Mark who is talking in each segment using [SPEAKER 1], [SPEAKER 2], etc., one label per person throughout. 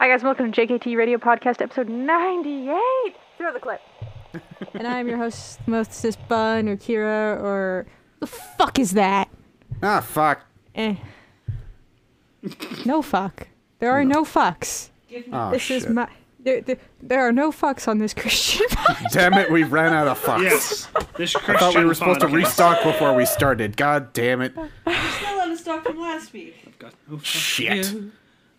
[SPEAKER 1] Hi, guys. Welcome to JKT Radio Podcast, episode 98. Throw the clip.
[SPEAKER 2] and I am your host, Moses Bun or Kira or the fuck is that?
[SPEAKER 3] Ah, fuck.
[SPEAKER 2] Eh. No fuck. There are no, fucks.
[SPEAKER 3] Oh,
[SPEAKER 2] This
[SPEAKER 3] shit.
[SPEAKER 2] is my. There, there, there are no fucks on this Christian. pod-
[SPEAKER 3] Damn it, we ran out of fucks.
[SPEAKER 4] Yes. This Christian
[SPEAKER 3] I thought we were supposed to
[SPEAKER 4] podcast.
[SPEAKER 3] restock before we started. God damn it.
[SPEAKER 5] still out of stock from last week.
[SPEAKER 4] I've got- oh, fuck
[SPEAKER 3] Shit.
[SPEAKER 4] you.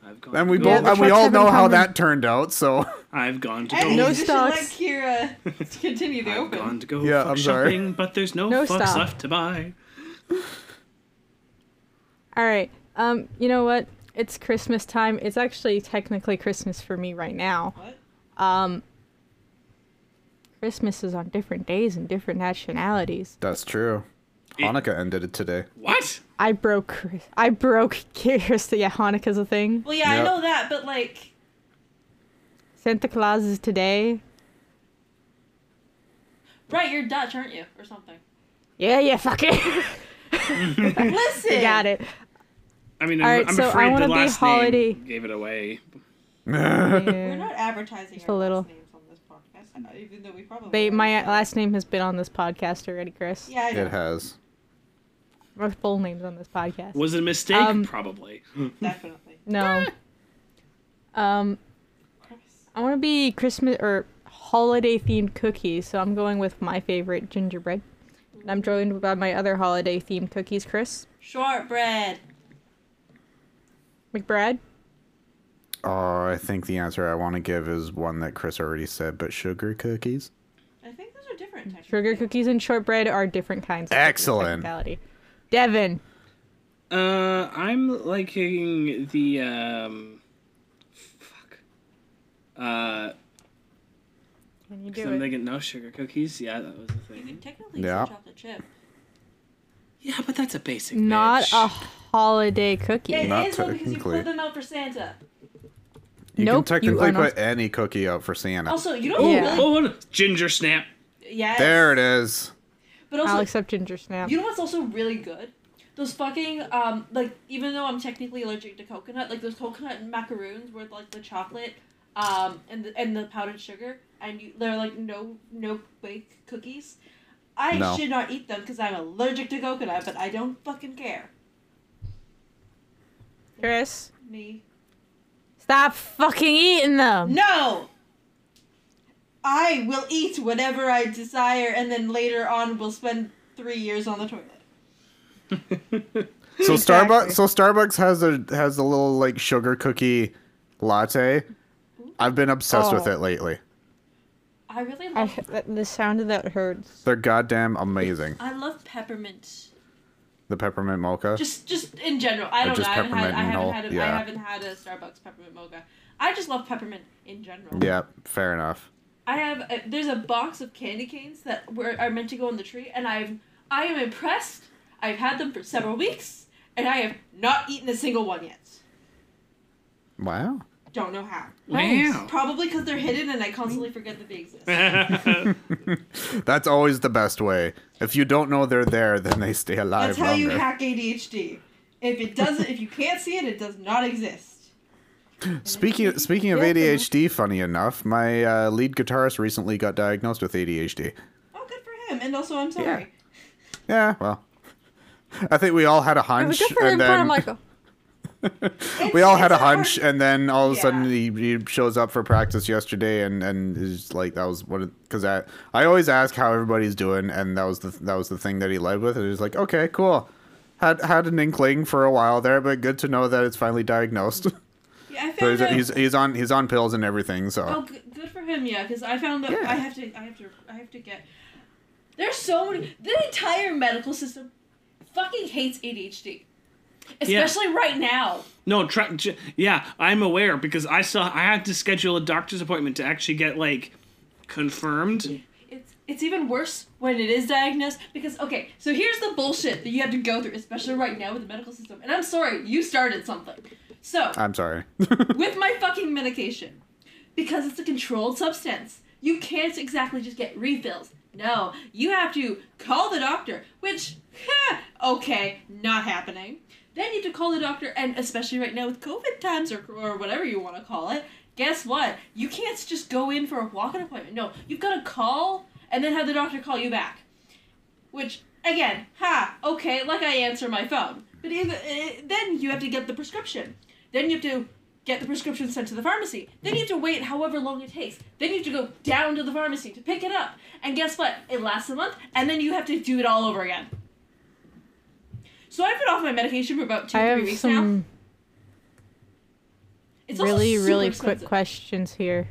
[SPEAKER 4] I've gone.
[SPEAKER 3] And we
[SPEAKER 4] to
[SPEAKER 3] both,
[SPEAKER 4] Go,
[SPEAKER 3] and we
[SPEAKER 2] trucks
[SPEAKER 3] all
[SPEAKER 2] have been
[SPEAKER 3] know how
[SPEAKER 2] coming.
[SPEAKER 3] that turned out. So
[SPEAKER 4] I've gone to
[SPEAKER 5] I
[SPEAKER 4] go.
[SPEAKER 2] No
[SPEAKER 5] no
[SPEAKER 2] stocks.
[SPEAKER 5] stocks. Let Kira continue the
[SPEAKER 4] I've
[SPEAKER 5] open.
[SPEAKER 4] gone to go.
[SPEAKER 3] Yeah,
[SPEAKER 4] fuck
[SPEAKER 3] I'm sorry.
[SPEAKER 4] shopping, But there's no,
[SPEAKER 2] No,
[SPEAKER 4] fucks
[SPEAKER 2] stop.
[SPEAKER 4] left to buy.
[SPEAKER 2] All right. Um, you know what? It's Christmas time. It's actually technically Christmas for me right now.
[SPEAKER 5] What?
[SPEAKER 2] Um, Christmas is on different days and different nationalities.
[SPEAKER 3] that's true. Hanukkah ended it today.
[SPEAKER 4] What?
[SPEAKER 2] I broke. Chris- I broke Kira's. Yeah, Hanukkah's a thing.
[SPEAKER 5] Well, yeah,
[SPEAKER 3] Yep.
[SPEAKER 5] I know that, but like,
[SPEAKER 2] Santa Claus is today.
[SPEAKER 5] right, you're Dutch, aren't you, or something?
[SPEAKER 2] Yeah, yeah, fuck it.
[SPEAKER 5] Listen,
[SPEAKER 2] You got it.
[SPEAKER 4] I mean,
[SPEAKER 2] All
[SPEAKER 4] I'm,
[SPEAKER 2] right,
[SPEAKER 4] I'm
[SPEAKER 2] so I
[SPEAKER 4] afraid
[SPEAKER 2] wanna
[SPEAKER 4] the
[SPEAKER 2] be
[SPEAKER 4] last
[SPEAKER 2] holiday.
[SPEAKER 4] name gave it away.
[SPEAKER 5] We're
[SPEAKER 2] Yeah.
[SPEAKER 5] not advertising Just
[SPEAKER 2] a
[SPEAKER 5] our last
[SPEAKER 2] little.
[SPEAKER 5] names on this podcast, even though we probably.
[SPEAKER 2] They,
[SPEAKER 5] are,
[SPEAKER 2] my uh,
[SPEAKER 5] so-
[SPEAKER 2] last name has been on this podcast already, Chris.
[SPEAKER 5] Yeah, I know.
[SPEAKER 3] It has.
[SPEAKER 2] Our full name's on this podcast.
[SPEAKER 4] Was it a mistake?
[SPEAKER 2] Um,
[SPEAKER 4] Probably.
[SPEAKER 5] definitely.
[SPEAKER 2] no. um,
[SPEAKER 5] Chris.
[SPEAKER 2] I want to be Christmas or holiday themed cookies, so I'm going with my favorite gingerbread. And I'm joined by my other holiday themed cookies, Chris
[SPEAKER 5] Shortbread.
[SPEAKER 2] McBride.
[SPEAKER 3] Oh, I think the answer I want to give is one that Chris already said, but sugar cookies.
[SPEAKER 5] I think those are different. Types
[SPEAKER 2] Sugar cookies and shortbread are different kinds. Of
[SPEAKER 3] Excellent.
[SPEAKER 2] Technicality. Devin.
[SPEAKER 4] Uh, I'm liking the um, fuck. Uh,
[SPEAKER 2] Can you
[SPEAKER 4] 'cause I'm thinking no sugar cookies. Yeah, that was the
[SPEAKER 5] You
[SPEAKER 4] thing.
[SPEAKER 5] technically
[SPEAKER 3] Yeah.
[SPEAKER 5] yeah. chocolate chip.
[SPEAKER 4] Yeah, but that's a basic.
[SPEAKER 2] Not
[SPEAKER 4] bitch.
[SPEAKER 2] a holiday cookie.
[SPEAKER 5] It
[SPEAKER 3] Not
[SPEAKER 5] is though because you
[SPEAKER 3] technically.
[SPEAKER 5] pulled them out for Santa.
[SPEAKER 2] Nope, you
[SPEAKER 3] You can
[SPEAKER 2] are
[SPEAKER 3] technically
[SPEAKER 2] not-
[SPEAKER 3] put any cookie out for Santa.
[SPEAKER 5] Also, you don't
[SPEAKER 4] Oh,
[SPEAKER 2] Yeah.
[SPEAKER 5] really.
[SPEAKER 4] oh, what a- ginger snap.
[SPEAKER 5] Yeah.
[SPEAKER 3] there it is.
[SPEAKER 5] But also,
[SPEAKER 2] I'll accept ginger snap.
[SPEAKER 5] You know what's also really good? Those fucking um like even though I'm technically allergic to coconut, like those coconut macaroons with like the chocolate um and the, and the powdered sugar and you, they're like no no bake cookies. I
[SPEAKER 3] No.
[SPEAKER 5] should not eat them because I'm allergic to coconut, but I don't fucking care.
[SPEAKER 2] Chris,
[SPEAKER 5] Me.
[SPEAKER 2] stop fucking eating them.
[SPEAKER 5] No. I will eat whatever I desire and then later on we'll spend 3 years on the toilet.
[SPEAKER 3] So
[SPEAKER 2] Exactly.
[SPEAKER 3] Starbucks so Starbucks has a has a little like sugar cookie latte. I've been obsessed with
[SPEAKER 2] Oh.
[SPEAKER 3] it lately.
[SPEAKER 5] I really
[SPEAKER 2] I,
[SPEAKER 5] love
[SPEAKER 2] that- the sound of that hurts.
[SPEAKER 3] They're goddamn amazing.
[SPEAKER 5] I love peppermint
[SPEAKER 3] The peppermint mocha.
[SPEAKER 5] just just in general. I don't know.
[SPEAKER 3] just
[SPEAKER 5] I haven't had
[SPEAKER 3] peppermint
[SPEAKER 5] I
[SPEAKER 3] and
[SPEAKER 5] haven't
[SPEAKER 3] all-
[SPEAKER 5] had a,
[SPEAKER 3] yeah.
[SPEAKER 5] I haven't had a Starbucks peppermint mocha. I just love peppermint in general.
[SPEAKER 3] yeah, fair enough.
[SPEAKER 5] I have a, there's a box of candy canes that were are meant to go in the tree, and I've I am impressed. I've had them for several weeks, and I have not eaten a single one yet.
[SPEAKER 3] Wow.
[SPEAKER 5] Don't know how.
[SPEAKER 4] Wow.
[SPEAKER 5] Probably because they're hidden, and I constantly forget that they exist.
[SPEAKER 3] That's always the best way. If you don't know they're there, then they stay alive
[SPEAKER 5] That's how you
[SPEAKER 3] longer.
[SPEAKER 5] hack ADHD. If it doesn't, if you can't see it, it does not exist.
[SPEAKER 3] speaking speaking of
[SPEAKER 2] Yeah,
[SPEAKER 3] ADHD, funny enough, my uh, lead guitarist recently got diagnosed with ADHD.
[SPEAKER 5] Oh, good for him. And also, I'm sorry.
[SPEAKER 3] Yeah, well, I think we all had a
[SPEAKER 2] It was
[SPEAKER 3] hunch,
[SPEAKER 2] good for him,
[SPEAKER 3] and
[SPEAKER 2] but I'm
[SPEAKER 3] then
[SPEAKER 2] like,
[SPEAKER 3] we all
[SPEAKER 5] It's-
[SPEAKER 3] had a
[SPEAKER 5] it's hard-
[SPEAKER 3] hunch, uh, and then all of a
[SPEAKER 5] Yeah.
[SPEAKER 3] sudden he, he shows up for practice yesterday, and and is like that was what because I I always ask how everybody's doing, and that was the that was the thing that he led with, and he was like, okay, cool. Had, had an inkling for a while there, but good to know that it's finally diagnosed.
[SPEAKER 5] Yeah, I
[SPEAKER 3] So
[SPEAKER 5] found
[SPEAKER 3] he's, he's,
[SPEAKER 5] out-
[SPEAKER 3] he's on he's on pills and everything. So
[SPEAKER 5] Oh, good, good for him, yeah. Because I found that
[SPEAKER 3] Yeah.
[SPEAKER 5] I have to, I have to, I have to get. There's so many. The entire medical system fucking hates ADHD, especially right now.
[SPEAKER 4] No, try, j- yeah, I'm aware because I saw I had to schedule a doctor's appointment to actually get like confirmed.
[SPEAKER 5] It's it's even worse when it is diagnosed because okay, so here's the bullshit that you have to go through, especially right now with the medical system. And I'm sorry, you started something. So
[SPEAKER 3] I'm sorry.
[SPEAKER 5] with my fucking medication because it's a controlled substance. You can't exactly just get refills. No, you have to call the doctor, which, okay, not happening. Then you have to call the doctor, and especially right now with COVID times or, or whatever you want to call it, guess what? You can't just go in for a walk in appointment. No, you've got to call and then have the doctor call you back. Which, again, ha, okay, like I answer my phone. But if, eh, then you have to get the prescription. Then you have to get the prescription sent to the pharmacy. Then you have to wait however long it takes. Then you have to go down to the pharmacy to pick it up. And guess what? It lasts a month, and then you have to do it all over again. So I've been off my medication for about two,
[SPEAKER 2] I
[SPEAKER 5] three
[SPEAKER 2] have
[SPEAKER 5] weeks now.
[SPEAKER 2] some
[SPEAKER 5] It's also
[SPEAKER 2] really,
[SPEAKER 5] super
[SPEAKER 2] really
[SPEAKER 5] expensive.
[SPEAKER 2] quick questions here.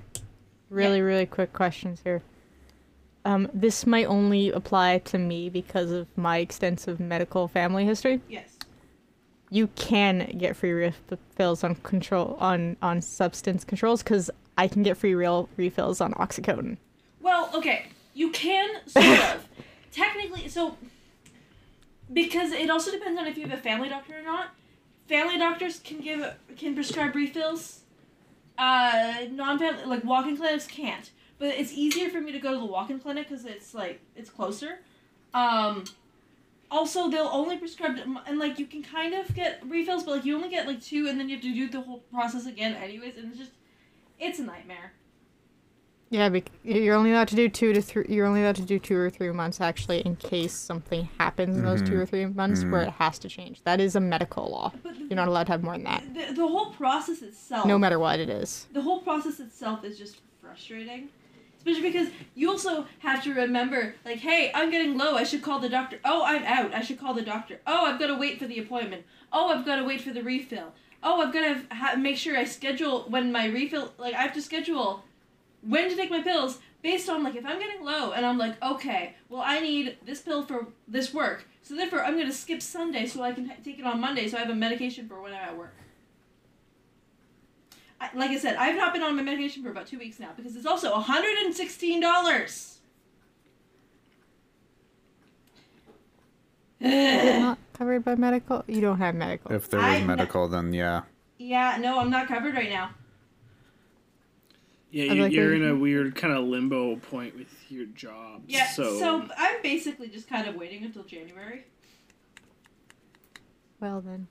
[SPEAKER 2] Really,
[SPEAKER 5] Yeah.
[SPEAKER 2] really quick questions here. Um, this might only apply to me because of my extensive medical family history.
[SPEAKER 5] Yes.
[SPEAKER 2] You can get free refills on control on on substance controls because I can get free real refills on oxycodone.
[SPEAKER 5] Well, okay, you can sort of. Technically, so because it also depends on if you have a family doctor or not. Family doctors can give can prescribe refills. Uh, non-family like walk-in clinics can't, but it's easier for me to go to the walk-in clinic because it's like it's closer. Um, also, they'll only prescribe and like you can kind of get refills, but like you only get like two, and then you have to do the whole process again, anyways, and it's just it's a nightmare.
[SPEAKER 2] Yeah, bec- you're only allowed to do two to three. You're only allowed to do two or three months actually, in case something happens in those two or three months where it has to change. That is a medical law.
[SPEAKER 5] But the-
[SPEAKER 2] You're not allowed to have more than that,
[SPEAKER 5] The, the whole process itself.
[SPEAKER 2] no matter what it is.
[SPEAKER 5] the whole process itself is just frustrating. Especially because you also have to remember, like, hey, I'm getting low. I should call the doctor. Oh, I'm out. I should call the doctor. Oh, I've got to wait for the appointment. Oh, I've got to wait for the refill. Oh, I've got to ha- make sure I schedule when my refill. Like, I have to schedule when to take my pills based on like if I'm getting low and I'm like, okay, well I need this pill for this work, so therefore I'm gonna skip Sunday so I can ha- take it on Monday, so I have a medication for when I'm at work. I, like I said, I've not been on my medication for about two weeks now because it's also hundred and sixteen dollars. yeah,
[SPEAKER 2] Not covered by medical. You don't have medical.
[SPEAKER 3] If there was
[SPEAKER 5] I-
[SPEAKER 3] medical, then yeah.
[SPEAKER 5] no, I'm not covered right now.
[SPEAKER 4] Yeah,
[SPEAKER 2] I'd
[SPEAKER 4] you,
[SPEAKER 2] like
[SPEAKER 4] you're
[SPEAKER 2] to-
[SPEAKER 4] in a weird kind of limbo point with your job.
[SPEAKER 5] Yeah,
[SPEAKER 4] so,
[SPEAKER 5] so I'm basically just kind of waiting until January.
[SPEAKER 2] Well then,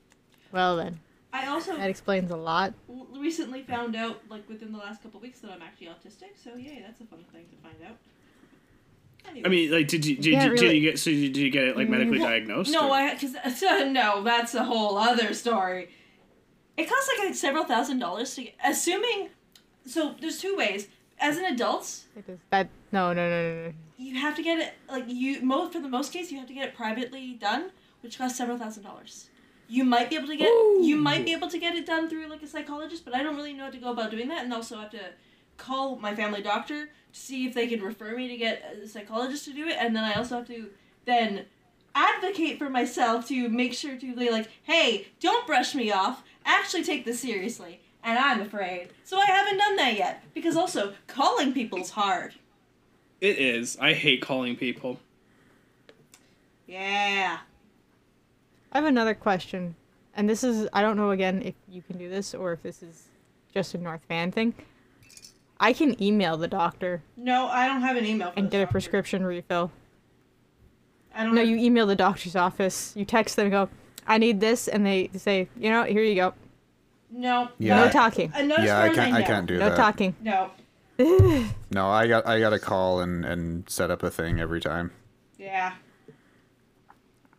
[SPEAKER 2] well then,
[SPEAKER 5] I also
[SPEAKER 2] that explains a lot.
[SPEAKER 5] l- recently found out, like within the last couple weeks, that I'm actually autistic. So yay, that's a fun thing to find out. Anyway.
[SPEAKER 4] I mean, like, did you did,
[SPEAKER 2] Yeah,
[SPEAKER 4] you, did
[SPEAKER 2] really. Mm-hmm.
[SPEAKER 4] you get so you, did you get it like medically diagnosed?
[SPEAKER 5] no,
[SPEAKER 4] or-
[SPEAKER 5] I because no, that's a whole other story. It costs like, several thousand dollars to get, assuming. So there's two ways. As an adult,
[SPEAKER 2] It is that no no no no no.
[SPEAKER 5] you have to get it like you most for the most case you have to get it privately done, which costs several thousand dollars. You might be able to get you might be able to get it done through like a psychologist, but I don't really know how to go about doing that, and also have to call my family doctor to see if they can refer me to get a psychologist to do it, and then I also have to then advocate for myself to make sure to be like, hey, don't brush me off. Actually, take this seriously, and I'm afraid, so I haven't done that yet because also calling people's hard.
[SPEAKER 4] it is. I hate calling people.
[SPEAKER 5] Yeah.
[SPEAKER 2] I have another question, and this is I don't know again if you can do this or if this is just a North Van thing. I can email the doctor
[SPEAKER 5] No, I don't have an email. For
[SPEAKER 2] and
[SPEAKER 5] this
[SPEAKER 2] get a
[SPEAKER 5] doctor.
[SPEAKER 2] prescription refill.
[SPEAKER 5] I don't
[SPEAKER 2] No,
[SPEAKER 5] know.
[SPEAKER 2] you email the doctor's office. You text them, and go, I need this, and they say, you know, here you go.
[SPEAKER 5] no.
[SPEAKER 3] Yeah.
[SPEAKER 2] No talking.
[SPEAKER 5] Uh, not as
[SPEAKER 3] yeah,
[SPEAKER 5] far
[SPEAKER 3] I
[SPEAKER 5] as
[SPEAKER 3] can't.
[SPEAKER 5] I,
[SPEAKER 3] I
[SPEAKER 5] know.
[SPEAKER 3] can't do
[SPEAKER 2] No
[SPEAKER 3] that.
[SPEAKER 2] talking.
[SPEAKER 5] No.
[SPEAKER 3] No, I got. I got to call and and set up a thing every time.
[SPEAKER 5] Yeah.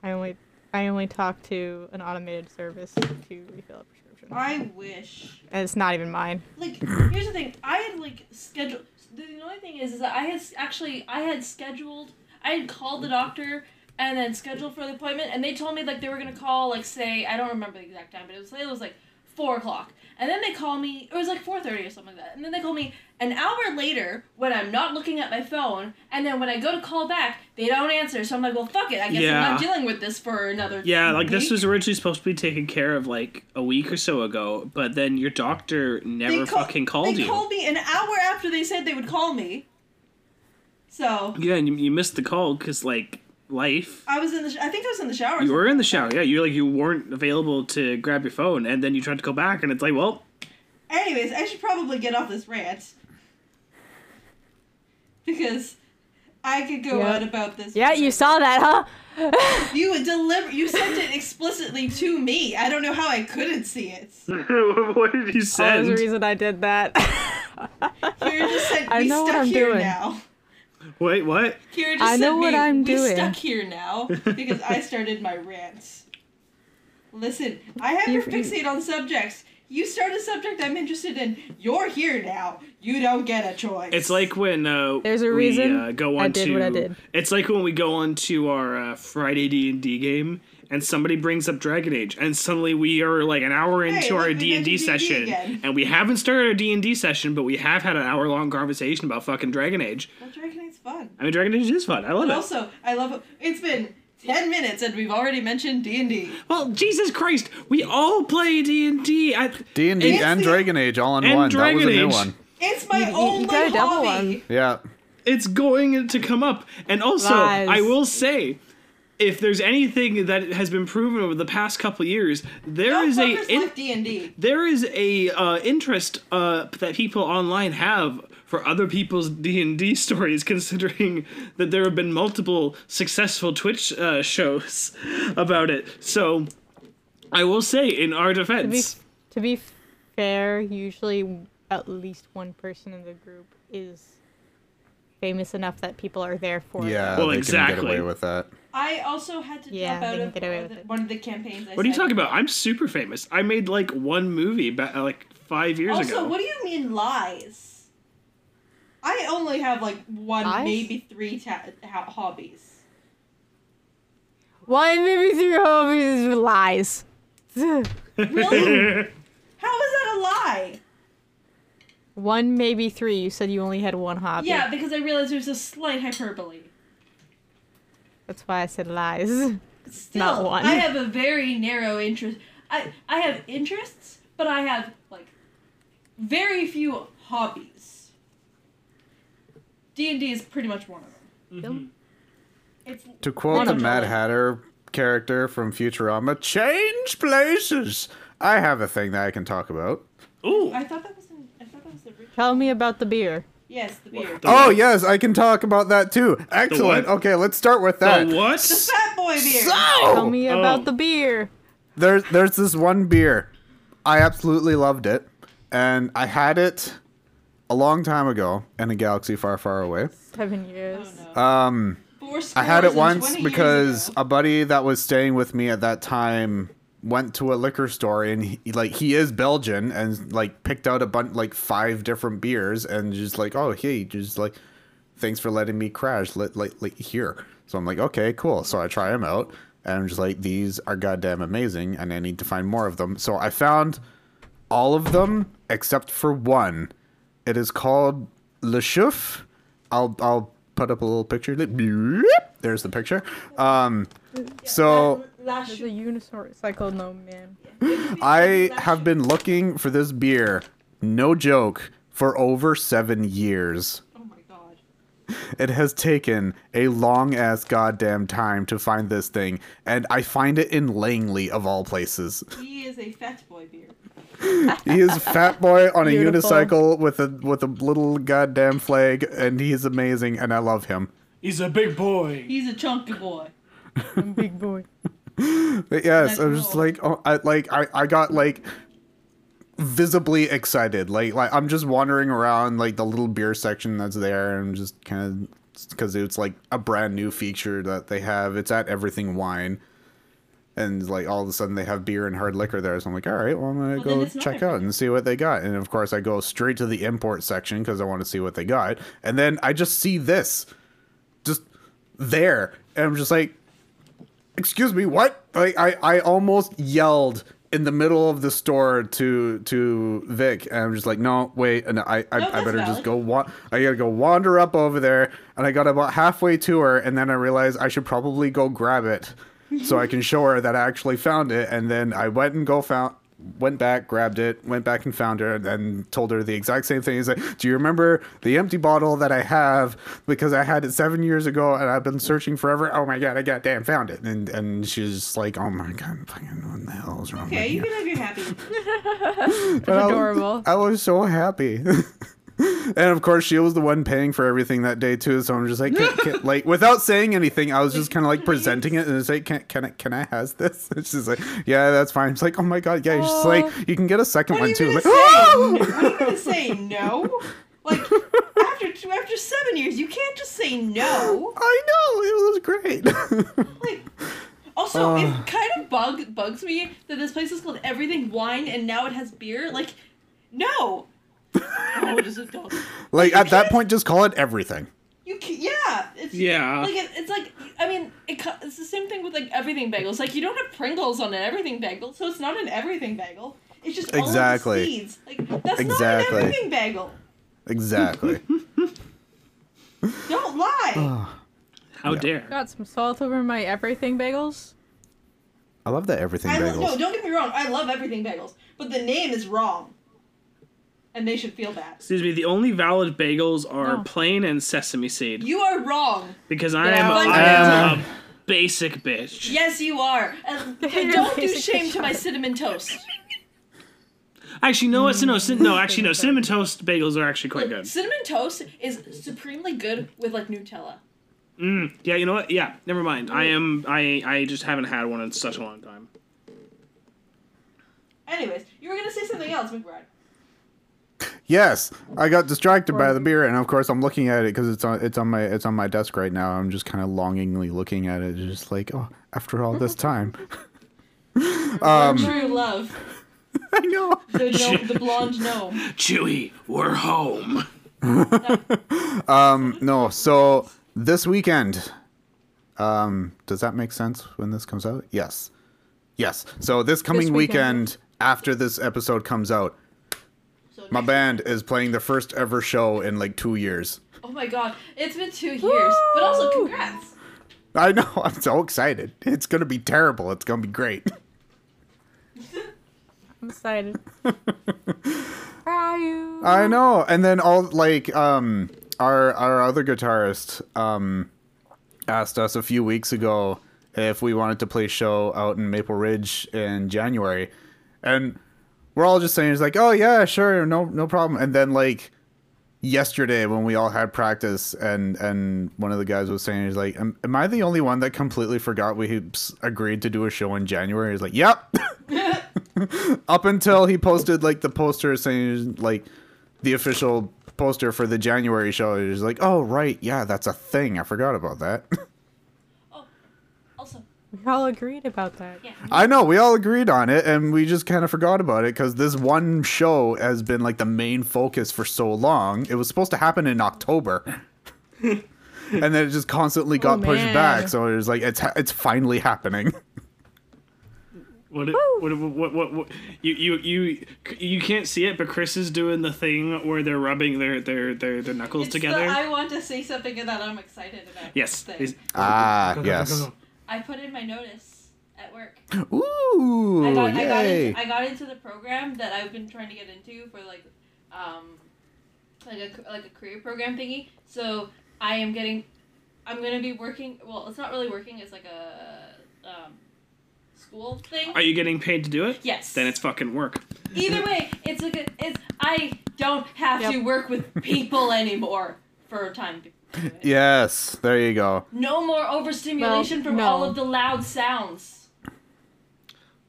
[SPEAKER 2] I only I only talk to an automated service to refill a prescription.
[SPEAKER 5] I wish.
[SPEAKER 2] And it's not even mine.
[SPEAKER 5] Like, here's the thing. I had like scheduled. The only thing is, is that I had s- actually I had scheduled. I had called the doctor and then scheduled for the appointment, and they told me like they were gonna call like say I don't remember the exact time, but it was it was like four o'clock, and then they call me. It was like four thirty or something like that, and then they call me an hour later when I'm not looking at my phone, and then when I go to call back, they don't answer. So I'm like, well, fuck it. I guess I'm not
[SPEAKER 4] Yeah.
[SPEAKER 5] dealing with this for another.
[SPEAKER 4] Yeah, like this
[SPEAKER 5] week.
[SPEAKER 4] was originally supposed to be taken care of like a week or so ago, but then your doctor never
[SPEAKER 5] call-
[SPEAKER 4] fucking called
[SPEAKER 5] They
[SPEAKER 4] you.
[SPEAKER 5] called me an hour after they said they would call me. So
[SPEAKER 4] yeah, and you, you missed the call because like life.
[SPEAKER 5] I was in the. Sh- I think I was in the shower.
[SPEAKER 4] You were in the shower. Yeah, you're like you weren't available to grab your phone, and then you tried to go back, and it's like, well,
[SPEAKER 5] Anyways, I should probably get off this rant because I could go
[SPEAKER 2] Yeah.
[SPEAKER 5] on about this.
[SPEAKER 2] Yeah, you saw that, huh?
[SPEAKER 5] You would deliver. You sent it explicitly to me. I don't know how I couldn't see it.
[SPEAKER 4] what did you
[SPEAKER 2] There's a
[SPEAKER 4] send?
[SPEAKER 2] reason I did that.
[SPEAKER 5] Kira just said,
[SPEAKER 2] I
[SPEAKER 5] "We
[SPEAKER 2] know what
[SPEAKER 5] stuck
[SPEAKER 2] I'm
[SPEAKER 5] here
[SPEAKER 2] doing.
[SPEAKER 5] now."
[SPEAKER 4] Wait, what?
[SPEAKER 5] Kira just
[SPEAKER 2] I
[SPEAKER 5] said,
[SPEAKER 2] know what
[SPEAKER 5] "We-
[SPEAKER 2] I'm
[SPEAKER 5] we
[SPEAKER 2] doing."
[SPEAKER 5] stuck here now because I started my rant. Listen, I have
[SPEAKER 2] You-
[SPEAKER 5] to fixate on subjects. You start a subject I'm interested in. You're here now. You don't get a choice.
[SPEAKER 4] It's like when uh,
[SPEAKER 2] There's a
[SPEAKER 4] we,
[SPEAKER 2] reason
[SPEAKER 4] uh, go on
[SPEAKER 2] I did
[SPEAKER 4] to,
[SPEAKER 2] what I did.
[SPEAKER 4] It's like when we go on to our uh, Friday D and D game, and somebody brings up Dragon Age, and suddenly we are like an hour into
[SPEAKER 5] look,
[SPEAKER 4] our
[SPEAKER 5] we
[SPEAKER 4] D and D
[SPEAKER 5] mentioned D&D
[SPEAKER 4] session,
[SPEAKER 5] again.
[SPEAKER 4] and we haven't started our D and D session, but we have had an hour long conversation about fucking Dragon Age.
[SPEAKER 5] Well, Dragon Knight's fun.
[SPEAKER 4] I mean, Dragon Age is fun. I love
[SPEAKER 5] But
[SPEAKER 4] it.
[SPEAKER 5] also, I love. It's been ten minutes and we've already mentioned D and D.
[SPEAKER 4] well, Jesus Christ, we all play D and D.
[SPEAKER 3] D and D
[SPEAKER 5] It's
[SPEAKER 3] and
[SPEAKER 5] the-
[SPEAKER 3] Dragon Age all in
[SPEAKER 4] and
[SPEAKER 3] one. that was a
[SPEAKER 4] Dragon
[SPEAKER 3] new
[SPEAKER 4] Age.
[SPEAKER 3] one.
[SPEAKER 5] It's my
[SPEAKER 2] you
[SPEAKER 5] only
[SPEAKER 2] gotta double
[SPEAKER 5] hobby.
[SPEAKER 2] them.
[SPEAKER 3] Yeah.
[SPEAKER 4] It's going to come up, and also
[SPEAKER 2] Lies.
[SPEAKER 4] I will say. If there's anything that has been proven over the past couple years, there is a in-
[SPEAKER 5] D and D.
[SPEAKER 4] there is a uh, interest uh, that people online have for other people's d&d stories considering that there have been multiple successful twitch uh, shows about it so i will say in our
[SPEAKER 2] to be
[SPEAKER 4] defense
[SPEAKER 2] to be fair, usually at least one person in the group is famous enough that people are there for. them.
[SPEAKER 3] Yeah.
[SPEAKER 4] Well,
[SPEAKER 3] they
[SPEAKER 4] exactly.
[SPEAKER 3] couldn't get away with that.
[SPEAKER 5] I also had to
[SPEAKER 2] Yeah,
[SPEAKER 5] drop out
[SPEAKER 2] they
[SPEAKER 5] of
[SPEAKER 2] can get away with
[SPEAKER 5] the-
[SPEAKER 2] it.
[SPEAKER 5] one of the campaigns. I
[SPEAKER 4] what are you
[SPEAKER 5] said.
[SPEAKER 4] talking about i'm super famous i made like one movie ba- uh, like five years
[SPEAKER 5] Also,
[SPEAKER 4] ago
[SPEAKER 5] what do you mean lies? I only have like one,
[SPEAKER 2] Lies?
[SPEAKER 5] maybe three ta- ho- hobbies.
[SPEAKER 2] Why maybe through hobbies is lies.
[SPEAKER 5] Really? How is that a lie?
[SPEAKER 2] one maybe three. You said you only had one hobby.
[SPEAKER 5] Yeah, because I realized there's a slight hyperbole.
[SPEAKER 2] That's why I said lies.
[SPEAKER 5] Still,
[SPEAKER 2] Not one.
[SPEAKER 5] I have a very narrow interest. I I have interests, but I have like very few hobbies. D and D is pretty much one of them.
[SPEAKER 4] Mm-hmm.
[SPEAKER 5] It's
[SPEAKER 3] To quote the
[SPEAKER 2] Wonderful.
[SPEAKER 3] Mad Hatter character from Futurama, "Change places." I have a thing that I can talk about.
[SPEAKER 4] Ooh, Oh,
[SPEAKER 5] I thought that was in, I thought that was the rich.
[SPEAKER 2] Tell me about the beer.
[SPEAKER 5] Yes, the beer.
[SPEAKER 4] The
[SPEAKER 3] Oh
[SPEAKER 4] what?
[SPEAKER 3] yes, I can talk about that too. Excellent.
[SPEAKER 4] what?
[SPEAKER 3] Okay, let's start with that.
[SPEAKER 4] the what
[SPEAKER 5] Fat boy beer.
[SPEAKER 2] Tell
[SPEAKER 3] So
[SPEAKER 2] me
[SPEAKER 4] Oh.
[SPEAKER 2] about the beer.
[SPEAKER 3] there's there's this one beer. I absolutely loved it, and I had it a long time ago in a galaxy far, far away.
[SPEAKER 2] Seven years.
[SPEAKER 5] Oh,
[SPEAKER 3] Um,
[SPEAKER 5] Four
[SPEAKER 3] I had
[SPEAKER 5] scores
[SPEAKER 3] it
[SPEAKER 5] and
[SPEAKER 3] once
[SPEAKER 5] 20 years
[SPEAKER 3] because uh,
[SPEAKER 5] ago.
[SPEAKER 3] a buddy that was staying with me at that time went to a liquor store and he, like he is Belgian and like picked out a bunch like five different beers and just like oh hey just like thanks for letting me crash let like like here so I'm like okay cool so I try them out and I'm just like these are goddamn amazing and I need to find more of them so I found all of them except for one it is called Le Chouf. I'll I'll put up a little picture. There's the picture. Um, so
[SPEAKER 5] Last
[SPEAKER 2] There's a
[SPEAKER 5] year-
[SPEAKER 2] unicycle no man.
[SPEAKER 3] I have been looking for this beer, no joke, for over seven years.
[SPEAKER 5] Oh my god.
[SPEAKER 3] It has taken a long ass goddamn time to find this thing, and I find it in Langley of all places.
[SPEAKER 5] He is a fat boy beer.
[SPEAKER 3] He is a fat boy on a
[SPEAKER 2] Beautiful.
[SPEAKER 3] unicycle with a with a little goddamn flag, and he's amazing, and I love him.
[SPEAKER 4] he's a big boy
[SPEAKER 5] He's a chunky boy.
[SPEAKER 2] Big boy.
[SPEAKER 3] But yes,
[SPEAKER 5] Like,
[SPEAKER 3] I was just
[SPEAKER 5] oh.
[SPEAKER 3] like, oh, I like, I, I got like visibly excited. Like, like I'm just wandering around like the little beer section that's there, and just kind of because it's like a brand new feature that they have. It's at Everything Wine, and like all of a sudden they have beer and hard liquor there. So I'm like, all right, well I'm gonna
[SPEAKER 5] Well, then
[SPEAKER 3] go
[SPEAKER 5] it's not
[SPEAKER 3] check out and see what they got. And of course I go straight to the import section because I want to see what they got, and then I just see this, just there, and I'm just like excuse me what like i i almost yelled in the middle of the store to to vic and i'm just like no wait and i i,
[SPEAKER 5] No,
[SPEAKER 3] I
[SPEAKER 5] that's
[SPEAKER 3] better just
[SPEAKER 5] valid.
[SPEAKER 3] go wa- i gotta go wander up over there and i got about halfway to her and then i realized i should probably go grab it so i can show her that i actually found it and then i went and go found Went back, grabbed it, went back and found her, and, and told her the exact same thing. He's like, "Do you remember the empty bottle that I have because I had it seven years ago and I've been searching forever? Oh my god, I goddamn found it!" And and she's just like, "Oh my god, fucking what the hell is wrong?"
[SPEAKER 5] Okay,
[SPEAKER 3] with
[SPEAKER 5] you
[SPEAKER 3] you?
[SPEAKER 5] can have your happy.
[SPEAKER 3] But I was-
[SPEAKER 2] adorable.
[SPEAKER 3] I was so happy. and of course, she was the one paying for everything that day too. So I'm just like, "Can- can-" like without saying anything, I was just kind of like presenting it and it's like, can, can I can I has this? And she's like, yeah, that's fine. It's like, oh my god, yeah. She's just
[SPEAKER 5] Oh.
[SPEAKER 3] like, you can get a second
[SPEAKER 5] What are
[SPEAKER 3] one
[SPEAKER 5] you
[SPEAKER 3] too. I'm
[SPEAKER 5] gonna
[SPEAKER 3] like,
[SPEAKER 5] say? What are you gonna say? No. Like after two, after seven years, you can't just say no.
[SPEAKER 3] I know it was great.
[SPEAKER 5] Like also,
[SPEAKER 3] Uh.
[SPEAKER 5] it kind of bug bugs me that this place is called Everything Wine and now it has beer. Like, no. no, just don't.
[SPEAKER 3] like at that
[SPEAKER 5] can't-
[SPEAKER 3] point, just call it everything.
[SPEAKER 5] You can, yeah. It's,
[SPEAKER 4] Yeah.
[SPEAKER 5] Like it, it's like I mean it, co- it's the same thing with like everything bagels. Like you don't have Pringles on an everything bagel, so it's not an everything bagel. It's just all
[SPEAKER 3] Exactly.
[SPEAKER 5] of the seeds. Like that's
[SPEAKER 3] Exactly.
[SPEAKER 5] not an everything bagel.
[SPEAKER 3] Exactly.
[SPEAKER 5] Don't lie.
[SPEAKER 4] How dare?
[SPEAKER 2] Got some salt over my everything bagels.
[SPEAKER 3] I love that everything
[SPEAKER 5] I
[SPEAKER 3] bagels.
[SPEAKER 5] lo- no, don't get me wrong. I love everything bagels, but the name is wrong, and they should feel bad.
[SPEAKER 4] Excuse me. The only valid bagels are
[SPEAKER 5] Oh.
[SPEAKER 2] No.
[SPEAKER 4] plain and sesame seed
[SPEAKER 5] You are wrong.
[SPEAKER 4] because I
[SPEAKER 2] Yeah,
[SPEAKER 4] am
[SPEAKER 5] fun
[SPEAKER 4] I am a basic bitch.
[SPEAKER 5] Yes, you are. And, and don't do shame to my cinnamon toast.
[SPEAKER 4] Actually, no, it's no, cin-
[SPEAKER 5] Mm.
[SPEAKER 4] no. Actually, no. Cinnamon toast bagels are actually quite good.
[SPEAKER 5] Cinnamon toast is supremely good with like Nutella.
[SPEAKER 4] Yeah, you know what? Yeah, never mind. I am. I I just haven't had one in such a long time.
[SPEAKER 5] Anyways, you were gonna say something else, McBride.
[SPEAKER 3] Yes, I got distracted by the beer, and of course I'm looking at it because it's on it's on my it's on my desk right now. I'm just kind of longingly looking at it, just like oh, after all this time,
[SPEAKER 4] Um,
[SPEAKER 5] True love.
[SPEAKER 3] I know.
[SPEAKER 5] The, gnome, the blonde gnome.
[SPEAKER 4] Chewy, we're home.
[SPEAKER 3] No, so this weekend, um, does that make sense when this comes out? Yes, yes. So this coming
[SPEAKER 2] weekend.
[SPEAKER 3] weekend after this episode comes out,
[SPEAKER 5] So
[SPEAKER 3] my
[SPEAKER 5] next-
[SPEAKER 3] band is playing the first ever show in like two years.
[SPEAKER 5] Oh my god, it's been two years, but also congrats.
[SPEAKER 3] I know. I'm so excited. It's gonna be terrible. It's gonna be great.
[SPEAKER 2] I'm excited. Where are you?
[SPEAKER 4] Uh,
[SPEAKER 3] I know. And then all like um our our other guitarist um asked us a few weeks ago if we wanted to play a show out in Maple Ridge in January. And we're all just saying it's like, "Oh yeah, sure, no no problem." And then like yesterday when we all had practice and and one of the guys was saying he's like am, am i the only one that completely forgot we had s- agreed to do a show in january he's like yep up until he posted like the poster saying like the official poster for the January show. It was like, oh right, yeah, that's a thing. I forgot about that.
[SPEAKER 5] Oh, also,
[SPEAKER 2] We all agreed about that.
[SPEAKER 5] yeah.
[SPEAKER 3] I know we all agreed on it, and we just kind of forgot about it because this one show has been like the main focus for so long. It was supposed to happen in October. and then it just constantly
[SPEAKER 5] Oh,
[SPEAKER 3] got pushed
[SPEAKER 2] man.
[SPEAKER 3] back, so it was like it's ha- it's finally happening.
[SPEAKER 4] What? it- What? What? What? what you, you you you can't see it, but Chris is doing the thing where they're rubbing their their their, their knuckles
[SPEAKER 5] It's the
[SPEAKER 4] together.
[SPEAKER 5] I want to say something that I'm excited about.
[SPEAKER 4] yes.
[SPEAKER 5] thing.
[SPEAKER 4] he's-
[SPEAKER 3] Ah,
[SPEAKER 4] Go, go, go,
[SPEAKER 3] yes.
[SPEAKER 4] go,
[SPEAKER 5] I put in my notice at work.
[SPEAKER 3] Ooh,
[SPEAKER 5] I got, I, got
[SPEAKER 3] yay!
[SPEAKER 5] into, I got into the program that I've been trying to get into for like, um, like a like a career program thingy. So I am getting, I'm gonna be working. Well, it's not really working. It's like a um, school thing.
[SPEAKER 4] go. Are you getting paid to do it?
[SPEAKER 5] yes.
[SPEAKER 4] Then it's fucking work.
[SPEAKER 5] Either way, it's a good. It's I don't have to
[SPEAKER 2] Yep.
[SPEAKER 5] work with people anymore for a time. being.
[SPEAKER 3] yes, there you go.
[SPEAKER 5] No more overstimulation
[SPEAKER 2] Well,
[SPEAKER 5] from
[SPEAKER 2] no.
[SPEAKER 5] all of the loud sounds.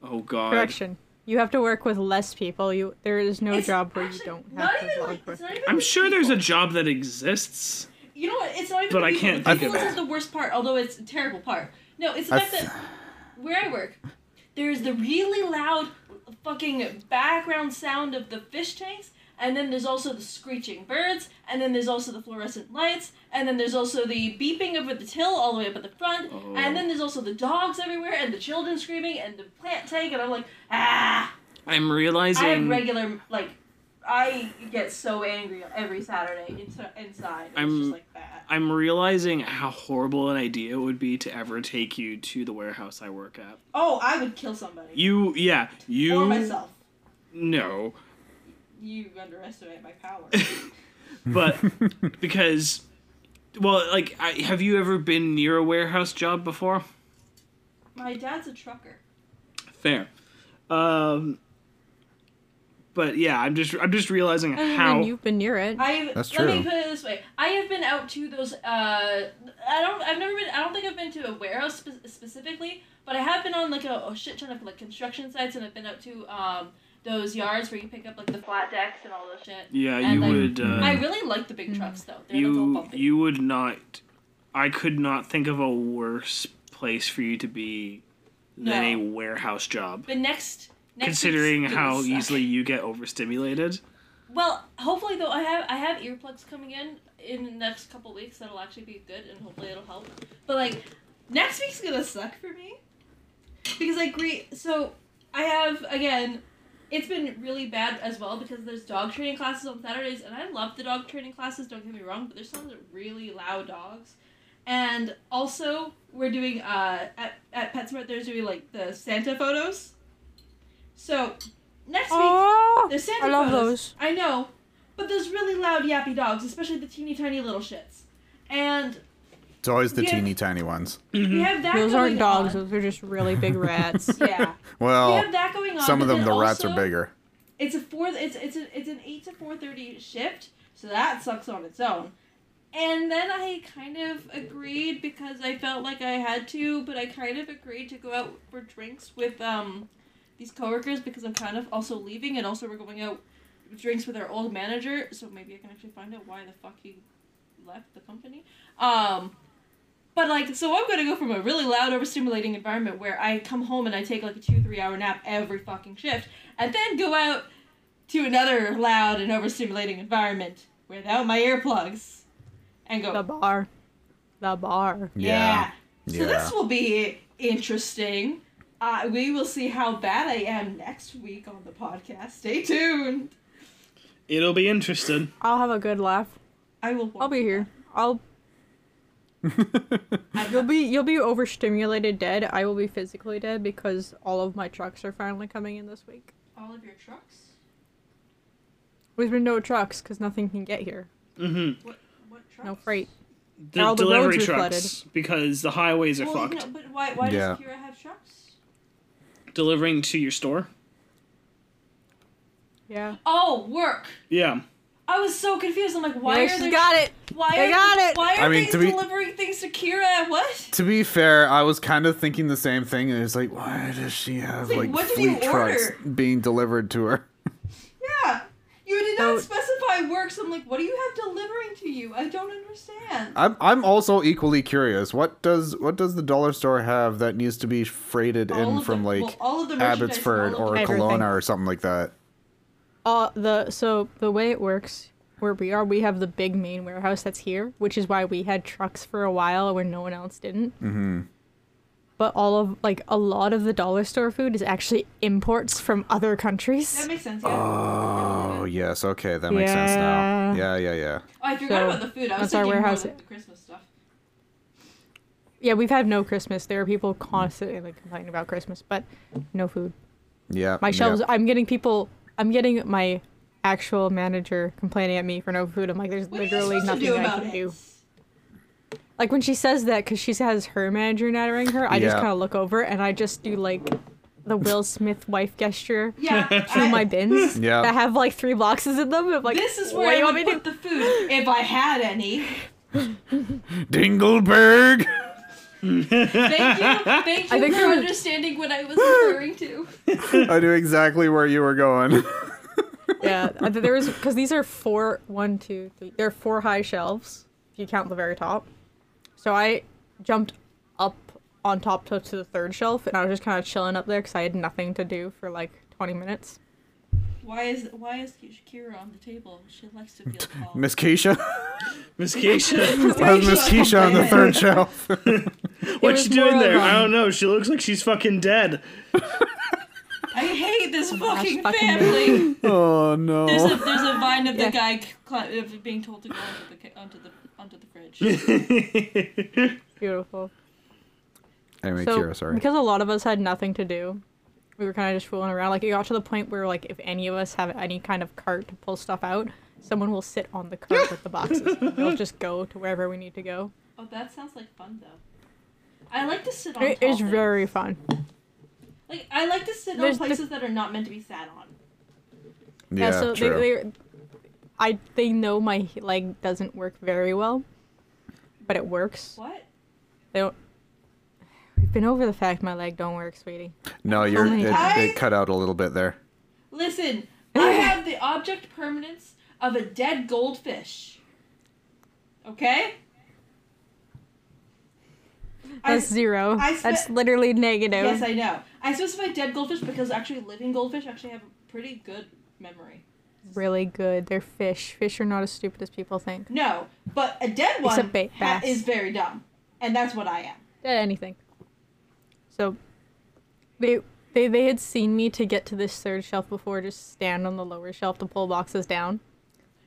[SPEAKER 4] Oh God.
[SPEAKER 2] Correction. You have to work with less people. You there is no
[SPEAKER 5] It's
[SPEAKER 2] job where
[SPEAKER 5] actually
[SPEAKER 2] you don't
[SPEAKER 5] not
[SPEAKER 2] have to
[SPEAKER 5] even
[SPEAKER 2] work
[SPEAKER 5] like-
[SPEAKER 2] with.
[SPEAKER 5] it's not even
[SPEAKER 4] I'm
[SPEAKER 5] with
[SPEAKER 4] sure there's a
[SPEAKER 5] people.
[SPEAKER 4] job that exists.
[SPEAKER 5] You know what? It's not even.
[SPEAKER 4] But
[SPEAKER 5] the
[SPEAKER 4] I
[SPEAKER 5] people.
[SPEAKER 4] can't
[SPEAKER 5] The
[SPEAKER 4] think
[SPEAKER 5] people
[SPEAKER 4] of
[SPEAKER 5] isn't
[SPEAKER 4] it.
[SPEAKER 5] the worst part, although it's a terrible part. No, it's the
[SPEAKER 3] I
[SPEAKER 5] fact
[SPEAKER 3] th-
[SPEAKER 5] that where I work, there's the really loud fucking background sound of the fish tanks, and then there's also the screeching birds, and then there's also the fluorescent lights, and then there's also the beeping over the till all the way up at the front, and
[SPEAKER 4] Oh.
[SPEAKER 5] then there's also the dogs everywhere, and the children screaming, and the plant tank, and I'm like, ah!
[SPEAKER 4] I'm realizing.
[SPEAKER 5] I have regular like. I get so angry every Saturday insi- inside. It's
[SPEAKER 4] I'm-
[SPEAKER 5] just like that.
[SPEAKER 4] I'm realizing how horrible an idea it would be to ever take you to the warehouse I work at.
[SPEAKER 5] Oh, I would kill somebody.
[SPEAKER 4] You, yeah, you.
[SPEAKER 5] or myself.
[SPEAKER 4] No,
[SPEAKER 5] You underestimate my power.
[SPEAKER 4] but because, well, like, I, have you ever been near a warehouse job before?
[SPEAKER 5] my dad's a trucker.
[SPEAKER 4] Fair. Um, But yeah, I'm just I'm just realizing
[SPEAKER 2] I mean,
[SPEAKER 4] how
[SPEAKER 2] you've been near it.
[SPEAKER 5] I've
[SPEAKER 3] That's
[SPEAKER 5] let me
[SPEAKER 3] true.
[SPEAKER 5] put it this way. I have been out to those. Uh, I don't. I've never been. I don't think I've been to a warehouse spe- specifically, but I have been on like a, a shit ton of like construction sites, and I've been out to um those yards where you pick up like the flat decks and all those shit.
[SPEAKER 4] yeah
[SPEAKER 5] And,
[SPEAKER 4] you
[SPEAKER 5] like,
[SPEAKER 4] would uh,
[SPEAKER 5] I really like the big trucks though. They're like all
[SPEAKER 4] you
[SPEAKER 5] bumpy.
[SPEAKER 4] you would not. I could not think of a worse place for you to be than
[SPEAKER 5] No.
[SPEAKER 4] a warehouse job.
[SPEAKER 5] But next, next week's
[SPEAKER 4] Considering
[SPEAKER 5] gonna
[SPEAKER 4] how
[SPEAKER 5] suck.
[SPEAKER 4] easily you get overstimulated,
[SPEAKER 5] Well, hopefully though, I have I have earplugs coming in in the next couple weeks that'll actually be good and hopefully it'll help. But like, next week's gonna suck for me because I agree. So I have again, it's been really bad as well because there's dog training classes on Saturdays and I love the dog training classes. Don't get me wrong, but there's some that are really loud dogs. And also, we're doing uh, at at PetSmart. There's doing like the Santa photos. So next week.
[SPEAKER 2] Oh,
[SPEAKER 5] There's Santa
[SPEAKER 2] I love
[SPEAKER 5] photos.
[SPEAKER 2] those.
[SPEAKER 5] I know, but there's really loud yappy dogs, especially the teeny tiny little shits. And
[SPEAKER 3] It's always the
[SPEAKER 5] Yeah.
[SPEAKER 3] teeny tiny ones.
[SPEAKER 5] we have that.
[SPEAKER 2] Mm-hmm. Those aren't
[SPEAKER 5] going
[SPEAKER 2] dogs.
[SPEAKER 5] on.
[SPEAKER 2] Those are just really big rats.
[SPEAKER 5] Yeah, we
[SPEAKER 3] Well,
[SPEAKER 5] have that going on.
[SPEAKER 3] Oh, some
[SPEAKER 5] but
[SPEAKER 3] of them
[SPEAKER 5] then
[SPEAKER 3] the rats are
[SPEAKER 5] also,
[SPEAKER 3] bigger.
[SPEAKER 5] It's a four. It's it's a, it's an eight to four thirty shift, so that sucks on its own. And then I kind of agreed because I felt like I had to, but I kind of agreed to go out for drinks with um these coworkers because I'm kind of also leaving, and also we're going out drinks with our old manager, so maybe I can actually find out why the fuck he left the company. Um, but like, so I'm gonna go from a really loud, overstimulating environment where I come home and I take like a two, three hour nap every fucking shift, and then go out to another loud and overstimulating environment without my earplugs, and go.
[SPEAKER 2] The bar. The bar.
[SPEAKER 5] Yeah. So
[SPEAKER 3] Yeah.
[SPEAKER 5] this will be interesting. Uh, we will see how bad I am next week on the podcast. Stay tuned.
[SPEAKER 4] it'll be interesting.
[SPEAKER 2] I'll have a good laugh.
[SPEAKER 5] I will.
[SPEAKER 2] I'll be here. I'll
[SPEAKER 5] I'm
[SPEAKER 2] you'll be you'll be overstimulated dead. I will be physically dead because all of my trucks are finally coming in this week.
[SPEAKER 5] all of your trucks.
[SPEAKER 2] There's been no trucks because nothing can get here.
[SPEAKER 4] Mm-hmm.
[SPEAKER 5] What? What trucks?
[SPEAKER 2] No freight.
[SPEAKER 4] The
[SPEAKER 2] All the
[SPEAKER 4] delivery
[SPEAKER 2] roads are
[SPEAKER 4] trucks because the highways are
[SPEAKER 5] Well,
[SPEAKER 4] fucked.
[SPEAKER 5] no, but why? Why
[SPEAKER 3] Yeah.
[SPEAKER 5] does Kira have trucks?
[SPEAKER 4] Delivering to your store.
[SPEAKER 2] Yeah.
[SPEAKER 5] Oh, work.
[SPEAKER 4] Yeah.
[SPEAKER 5] I was so confused. I'm like, why
[SPEAKER 2] yeah,
[SPEAKER 5] are
[SPEAKER 2] she's
[SPEAKER 5] they?
[SPEAKER 2] got it.
[SPEAKER 5] Why
[SPEAKER 2] They
[SPEAKER 5] are
[SPEAKER 2] got it.
[SPEAKER 5] Why are
[SPEAKER 3] I mean,
[SPEAKER 5] they
[SPEAKER 3] to be-
[SPEAKER 5] delivering things to Kira? What?
[SPEAKER 3] To be fair, I was kind of thinking the same thing, and it's like, why does she have
[SPEAKER 5] It's like,
[SPEAKER 3] like
[SPEAKER 5] what did you
[SPEAKER 3] fleet trucks
[SPEAKER 5] order?
[SPEAKER 3] being delivered to her?
[SPEAKER 5] Yeah. You did not
[SPEAKER 2] Oh.
[SPEAKER 5] specify works. I'm like, what do you have delivering to you? I don't understand.
[SPEAKER 3] I'm I'm also equally curious. What does what does the dollar store have that needs to be freighted
[SPEAKER 5] All
[SPEAKER 3] in
[SPEAKER 5] of
[SPEAKER 3] from
[SPEAKER 5] the-
[SPEAKER 3] like
[SPEAKER 5] well, all of the merchandise and
[SPEAKER 3] Abbotsford
[SPEAKER 5] all of
[SPEAKER 3] or
[SPEAKER 5] the-
[SPEAKER 2] Everything.
[SPEAKER 3] Kelowna or something like that?
[SPEAKER 2] Uh, the so the way it works where we are, we have the big main warehouse that's here, which is why we had trucks for a while where no one else didn't. Mm-hmm. But all of like a lot of the dollar store food is actually imports from other countries.
[SPEAKER 5] That makes sense. Yeah.
[SPEAKER 3] Oh yes, okay, that makes sense now. Yeah,
[SPEAKER 2] Yeah.
[SPEAKER 3] yeah, yeah.
[SPEAKER 5] Oh, I forgot
[SPEAKER 2] So,
[SPEAKER 5] about the food. I was
[SPEAKER 2] that's our
[SPEAKER 5] thinking more
[SPEAKER 2] warehouse.
[SPEAKER 5] like the Christmas stuff.
[SPEAKER 2] Yeah, we've had no Christmas. There are people constantly like complaining about Christmas, but no food.
[SPEAKER 3] Yeah.
[SPEAKER 2] My shelves.
[SPEAKER 3] yeah.
[SPEAKER 2] I'm getting people. I'm getting my actual manager complaining at me for no food. I'm like, there's
[SPEAKER 5] What are
[SPEAKER 2] literally
[SPEAKER 5] you supposed
[SPEAKER 2] nothing
[SPEAKER 5] to do
[SPEAKER 2] I
[SPEAKER 5] about
[SPEAKER 2] can
[SPEAKER 5] it?
[SPEAKER 2] do. Like when she says that, because she has her manager nattering her, I just
[SPEAKER 3] Yeah.
[SPEAKER 2] kind of look over and I just do like the Will Smith wife gesture
[SPEAKER 5] Yeah.
[SPEAKER 2] to
[SPEAKER 5] I-
[SPEAKER 2] my bins
[SPEAKER 3] Yeah.
[SPEAKER 2] that have like three boxes in them. I'm like,
[SPEAKER 5] This is
[SPEAKER 2] what
[SPEAKER 5] where
[SPEAKER 2] do you
[SPEAKER 5] I
[SPEAKER 2] want
[SPEAKER 5] would
[SPEAKER 2] me to
[SPEAKER 5] put the food if I had any.
[SPEAKER 3] Dingleberg.
[SPEAKER 5] Thank you. Thank you
[SPEAKER 2] I think
[SPEAKER 5] for
[SPEAKER 2] there was-
[SPEAKER 5] understanding what I was referring to.
[SPEAKER 3] I knew exactly where you were going.
[SPEAKER 2] yeah, uh, there was because these are four, one, two, three. There are four high shelves if you count the very top. So I jumped up on top to, to the third shelf, and I was just kind of chilling up there because I had nothing to do for like 20 minutes.
[SPEAKER 5] Why is why is Kira on the table? She likes to feel tall.
[SPEAKER 3] Miss Keisha.
[SPEAKER 4] Miss Keisha,
[SPEAKER 3] That was Miss Keisha on the third shelf.
[SPEAKER 4] what's she
[SPEAKER 2] was more
[SPEAKER 4] doing there?
[SPEAKER 2] of um, a-
[SPEAKER 4] I don't know. She looks like she's fucking dead.
[SPEAKER 5] I hate this fucking
[SPEAKER 2] Oh fucking
[SPEAKER 5] family.
[SPEAKER 3] Oh
[SPEAKER 5] There's a
[SPEAKER 3] no.
[SPEAKER 5] there's a vine of the
[SPEAKER 2] Yeah.
[SPEAKER 5] guy cli- of being told to go onto the ca- onto the onto the fridge.
[SPEAKER 2] Beautiful.
[SPEAKER 3] Anyway,
[SPEAKER 2] So,
[SPEAKER 3] Kira, sorry.
[SPEAKER 2] because a lot of us had nothing to do, we were kind of just fooling around. Like, it got to the point where, like, if any of us have any kind of cart to pull stuff out, someone will sit on the cart with the boxes. We'll just go to wherever we need to go.
[SPEAKER 5] Oh, that sounds like fun though. I like to sit on.
[SPEAKER 2] It
[SPEAKER 5] tall
[SPEAKER 2] is
[SPEAKER 5] things.
[SPEAKER 2] very fun.
[SPEAKER 5] Like I like to sit on
[SPEAKER 2] There's the-
[SPEAKER 5] places that are not meant to be sat on.
[SPEAKER 3] Yeah,
[SPEAKER 2] so they
[SPEAKER 3] true.
[SPEAKER 2] they I they know my leg doesn't work very well, but it works.
[SPEAKER 5] What?
[SPEAKER 2] They don't. We've been over the fact my leg don't work, sweetie.
[SPEAKER 3] no, you're
[SPEAKER 2] my
[SPEAKER 3] it,
[SPEAKER 5] God.
[SPEAKER 3] it cut out a little bit there.
[SPEAKER 5] Listen, I have the object permanence of a dead goldfish. Okay? I-
[SPEAKER 2] That's zero.
[SPEAKER 5] I spe-
[SPEAKER 2] That's literally negative.
[SPEAKER 5] Yes, I know. I specified dead goldfish because actually living goldfish actually have a pretty good memory.
[SPEAKER 2] really good. They're fish. Fish are not as stupid as people think.
[SPEAKER 5] No, but a dead one
[SPEAKER 2] Except ba-
[SPEAKER 5] ha-
[SPEAKER 2] bass.
[SPEAKER 5] is very dumb, and that's what I am.
[SPEAKER 2] Eh, anything. So they they they had seen me to get to this third shelf before just stand on the lower shelf to pull boxes down.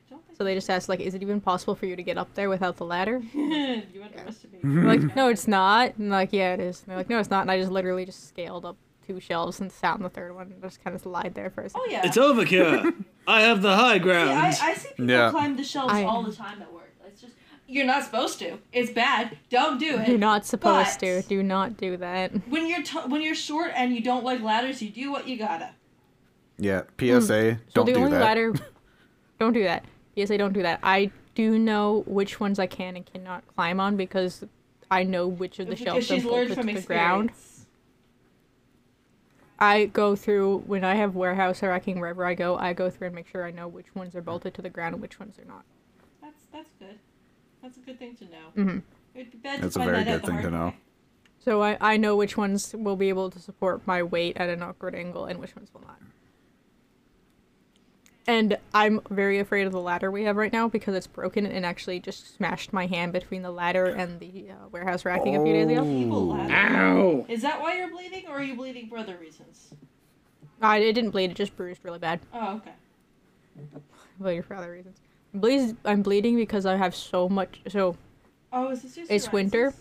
[SPEAKER 5] Don't think
[SPEAKER 2] So they just asked like, is it even possible for you to get up there without the ladder?
[SPEAKER 5] you underestimate. me.
[SPEAKER 2] I'm like, no, it's not. And they're like, yeah, it is. And they're like, no, it's not. And I just literally just scaled up two shelves and sat on the third one and just kind of lied there for a second.
[SPEAKER 5] Oh yeah.
[SPEAKER 4] It's overkill. I have the high ground.
[SPEAKER 5] I, I see people
[SPEAKER 3] Yeah.
[SPEAKER 5] climb the shelves
[SPEAKER 2] I-
[SPEAKER 5] all the time at work. It's just you're not supposed to. It's bad. Don't do it.
[SPEAKER 2] You're not supposed
[SPEAKER 5] Oh, But-
[SPEAKER 2] to. Do not do that.
[SPEAKER 5] When you're t- when you're short and you don't like ladders, you do what you gotta.
[SPEAKER 3] Yeah, PSA,
[SPEAKER 2] Hmm. So
[SPEAKER 3] don't
[SPEAKER 2] the
[SPEAKER 3] do
[SPEAKER 2] only
[SPEAKER 3] that.
[SPEAKER 2] ladder, don't do that. Yes, I don't do that. I do know which ones I can and cannot climb on because I know which of the
[SPEAKER 5] because
[SPEAKER 2] shelves are
[SPEAKER 5] she's
[SPEAKER 2] bolted
[SPEAKER 5] learned
[SPEAKER 2] to
[SPEAKER 5] from
[SPEAKER 2] the
[SPEAKER 5] experience.
[SPEAKER 2] ground. I go through when I have warehouse or racking wherever I go. I go through and make sure I know which ones are bolted to the ground and which ones are not.
[SPEAKER 5] That's that's good. That's a good thing to know.
[SPEAKER 2] Mhm.
[SPEAKER 5] It'd be bad to
[SPEAKER 3] That's a
[SPEAKER 5] find
[SPEAKER 3] very
[SPEAKER 5] that
[SPEAKER 3] good
[SPEAKER 5] out the
[SPEAKER 3] thing to
[SPEAKER 5] hard
[SPEAKER 3] know.
[SPEAKER 5] way.
[SPEAKER 2] So I, I know which ones will be able to support my weight at an awkward angle and which ones will not. And I'm very afraid of the ladder we have right now because it's broken and actually just smashed my hand between the ladder and the uh, warehouse racking a few days ago.
[SPEAKER 5] People
[SPEAKER 3] Ooh.
[SPEAKER 5] ladder.
[SPEAKER 4] Ow!
[SPEAKER 5] Is that why you're bleeding, or are you bleeding for other reasons?
[SPEAKER 2] I, it didn't bleed, it just bruised really bad.
[SPEAKER 5] Oh, okay.
[SPEAKER 2] I Bleeded for other reasons. I'm, bleed, I'm bleeding because I have so much. So,
[SPEAKER 5] Oh, is this your?
[SPEAKER 2] It's
[SPEAKER 5] psoriasis?
[SPEAKER 2] winter.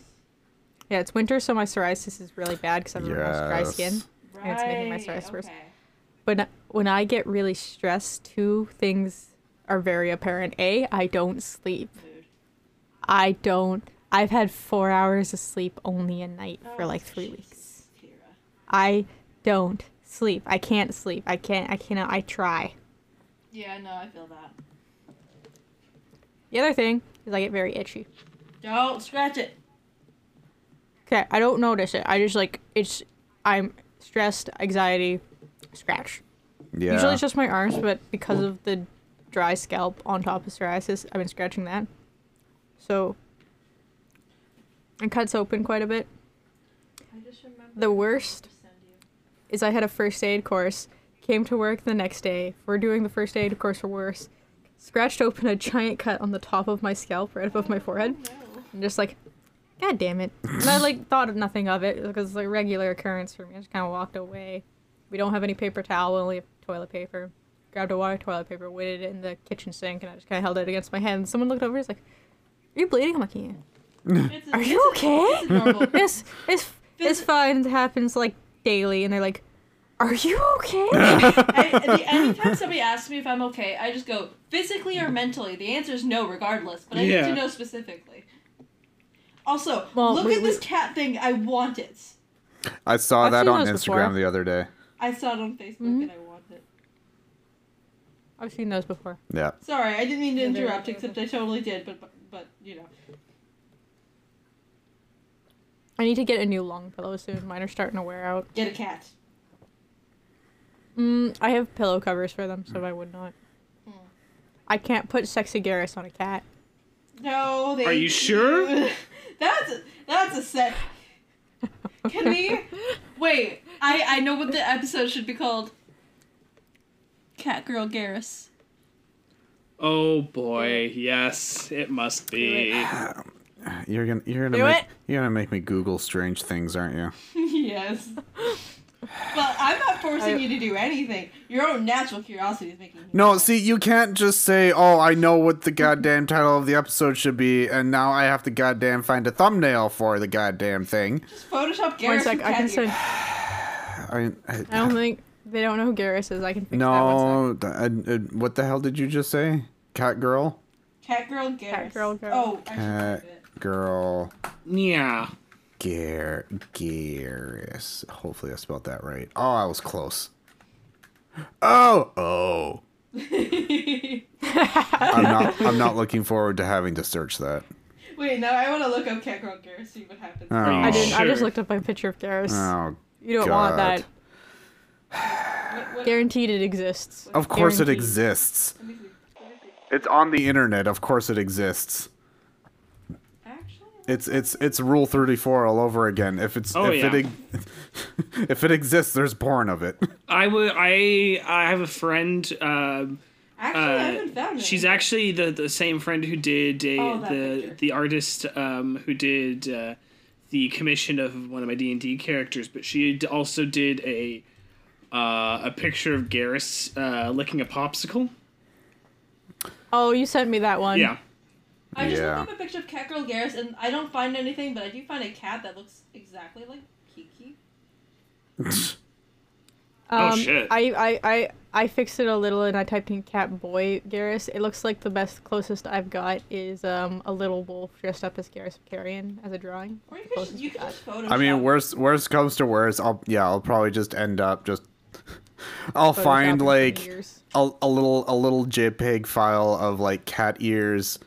[SPEAKER 2] yeah, it's winter, so my psoriasis is really bad because I have really dry
[SPEAKER 3] Yes.
[SPEAKER 2] skin.
[SPEAKER 5] Right.
[SPEAKER 2] And it's making my psoriasis
[SPEAKER 5] okay.
[SPEAKER 2] worse. But n- when I get really stressed, two things are very apparent. A, I don't sleep.
[SPEAKER 5] Mood.
[SPEAKER 2] I don't. I've had four hours of sleep only a night for
[SPEAKER 5] Oh,
[SPEAKER 2] like three
[SPEAKER 5] Jesus,
[SPEAKER 2] weeks.
[SPEAKER 5] Kira.
[SPEAKER 2] I don't sleep. I can't sleep. I can't. I cannot. I try.
[SPEAKER 5] Yeah, no, I feel that.
[SPEAKER 2] The other thing is I get very itchy.
[SPEAKER 5] Don't scratch it.
[SPEAKER 2] Okay, I don't notice it. I just like it's. I'm stressed, anxiety, scratch.
[SPEAKER 3] Yeah.
[SPEAKER 2] Usually it's just my arms, but because of the dry scalp on top of psoriasis, I've been scratching that. So it cuts open quite a bit.
[SPEAKER 5] I just remember.
[SPEAKER 2] The worst is I had a first aid course, came to work the next day. We're doing the first aid course for worse. Scratched open a giant cut on the top of my scalp, right above my forehead. I'm just like, God damn it. And I like thought of nothing of it because it's a regular occurrence for me. I just kind of walked away. We don't have any paper towel, we only have toilet paper. Grabbed a wire toilet paper, weighted it in the kitchen sink, and I just kind of held it against my head. And someone looked over, he's like, Are you bleeding? I'm like, Yeah. Are you okay?
[SPEAKER 5] It's normal.
[SPEAKER 2] It's, it's, it's
[SPEAKER 5] Phys-
[SPEAKER 2] fine. It happens like daily. And they're like, Are you okay?
[SPEAKER 5] I, the, anytime somebody asks me if I'm okay, I just go physically or mentally. The answer is no, regardless. But I need
[SPEAKER 4] Yeah.
[SPEAKER 5] to know specifically. Also,
[SPEAKER 2] Well,
[SPEAKER 5] look
[SPEAKER 2] we-
[SPEAKER 5] at this
[SPEAKER 2] we-
[SPEAKER 5] cat thing. I want it.
[SPEAKER 3] I saw
[SPEAKER 2] I've
[SPEAKER 3] that
[SPEAKER 2] seen
[SPEAKER 3] on
[SPEAKER 2] those
[SPEAKER 3] Instagram
[SPEAKER 2] before.
[SPEAKER 3] the other day.
[SPEAKER 5] I saw it on Facebook
[SPEAKER 2] Mm-hmm.
[SPEAKER 5] and I want it.
[SPEAKER 2] I've seen those before.
[SPEAKER 3] Yeah.
[SPEAKER 5] Sorry, I didn't mean to
[SPEAKER 2] Yeah, they're
[SPEAKER 5] interrupt,
[SPEAKER 2] adorable.
[SPEAKER 5] except I totally did. But but, but you know,
[SPEAKER 2] I need to get a new long pillow soon. Mine are starting to wear out.
[SPEAKER 5] get a cat.
[SPEAKER 2] Mm, I have pillow covers for them, so I would not. I can't put sexy Garrus on a cat.
[SPEAKER 5] No, they.
[SPEAKER 4] Are you sure?
[SPEAKER 5] that's a, that's a set. Can we wait? I I know what the episode should be called. Cat girl Garrus.
[SPEAKER 4] Oh boy, yes, it must be.
[SPEAKER 3] You're gonna you're gonna
[SPEAKER 2] Do
[SPEAKER 3] make,
[SPEAKER 2] it.
[SPEAKER 3] you're gonna make me Google strange things, aren't you?
[SPEAKER 5] yes. Well, I'm not forcing you to do anything. Your own natural curiosity is making you.
[SPEAKER 3] No, see, you can't just say, "Oh, I know what the goddamn title of the episode should be," and now I have to goddamn find a thumbnail for the goddamn thing.
[SPEAKER 5] Just Photoshop Garrus.
[SPEAKER 2] One
[SPEAKER 5] with
[SPEAKER 2] sec, I
[SPEAKER 5] cat
[SPEAKER 2] can
[SPEAKER 5] ears.
[SPEAKER 2] send.
[SPEAKER 3] I, I,
[SPEAKER 2] I don't think they don't know who Garrus is. I can fix that one.
[SPEAKER 3] no, th- I- I- what the hell did you just say? Cat girl,
[SPEAKER 5] Cat girl Garrus.
[SPEAKER 2] girl Garrus.
[SPEAKER 5] Oh, I should
[SPEAKER 3] cat
[SPEAKER 5] do it.
[SPEAKER 3] girl,
[SPEAKER 4] Yeah.
[SPEAKER 3] Gar Garrus. Hopefully, I spelled that right. Oh, I was close. Oh, oh. I'm not. I'm not looking forward to having to search that.
[SPEAKER 5] Wait, now I want to look up Kakarot Garrus, see what happens.
[SPEAKER 3] Oh,
[SPEAKER 2] I didn't. I just
[SPEAKER 4] Sure.
[SPEAKER 2] looked up my picture of Garrus.
[SPEAKER 3] oh,
[SPEAKER 2] you don't
[SPEAKER 3] God.
[SPEAKER 2] want that.
[SPEAKER 5] What, what,
[SPEAKER 2] Guaranteed, it exists.
[SPEAKER 3] Of course, it
[SPEAKER 2] Guaranteed.
[SPEAKER 3] exists.
[SPEAKER 5] let me see. Let me see.
[SPEAKER 3] It's on the internet. Of course, it exists.
[SPEAKER 5] Actually,
[SPEAKER 3] It's it's it's Rule Thirty Four all over again. If it's
[SPEAKER 4] Oh,
[SPEAKER 3] if it ex- if it exists, there's born of it.
[SPEAKER 4] I would. I I have a friend. Um,
[SPEAKER 5] actually, Oh, I
[SPEAKER 4] uh,
[SPEAKER 5] haven't found it.
[SPEAKER 4] she's actually the, the same friend who did a,
[SPEAKER 5] Oh, that
[SPEAKER 4] the
[SPEAKER 5] picture.
[SPEAKER 4] the artist um, who did uh, the commission of one of my D and D characters, but she d- also did a uh, a picture of Garrus uh, licking a popsicle.
[SPEAKER 2] Oh, you sent me that one.
[SPEAKER 4] Yeah,
[SPEAKER 5] I just
[SPEAKER 3] Yeah.
[SPEAKER 5] looked up a picture of Catgirl Garrus, and I don't find anything, but I do find a cat that looks exactly like Kiki.
[SPEAKER 2] Um,
[SPEAKER 4] shit.
[SPEAKER 2] I, I, I, I fixed it a little and I typed in cat boy Garrus. It looks like the best closest I've got is um a little wolf dressed up as Garrus of Carrion as a drawing.
[SPEAKER 5] Or you could just, you could just Photoshop.
[SPEAKER 3] I mean,
[SPEAKER 5] we're
[SPEAKER 3] worst worst comes to worst, I'll yeah, I'll probably just end up just. I'll find
[SPEAKER 2] Photoshopping
[SPEAKER 3] like
[SPEAKER 2] fingers.
[SPEAKER 3] a, a little a little JPEG file of like cat ears,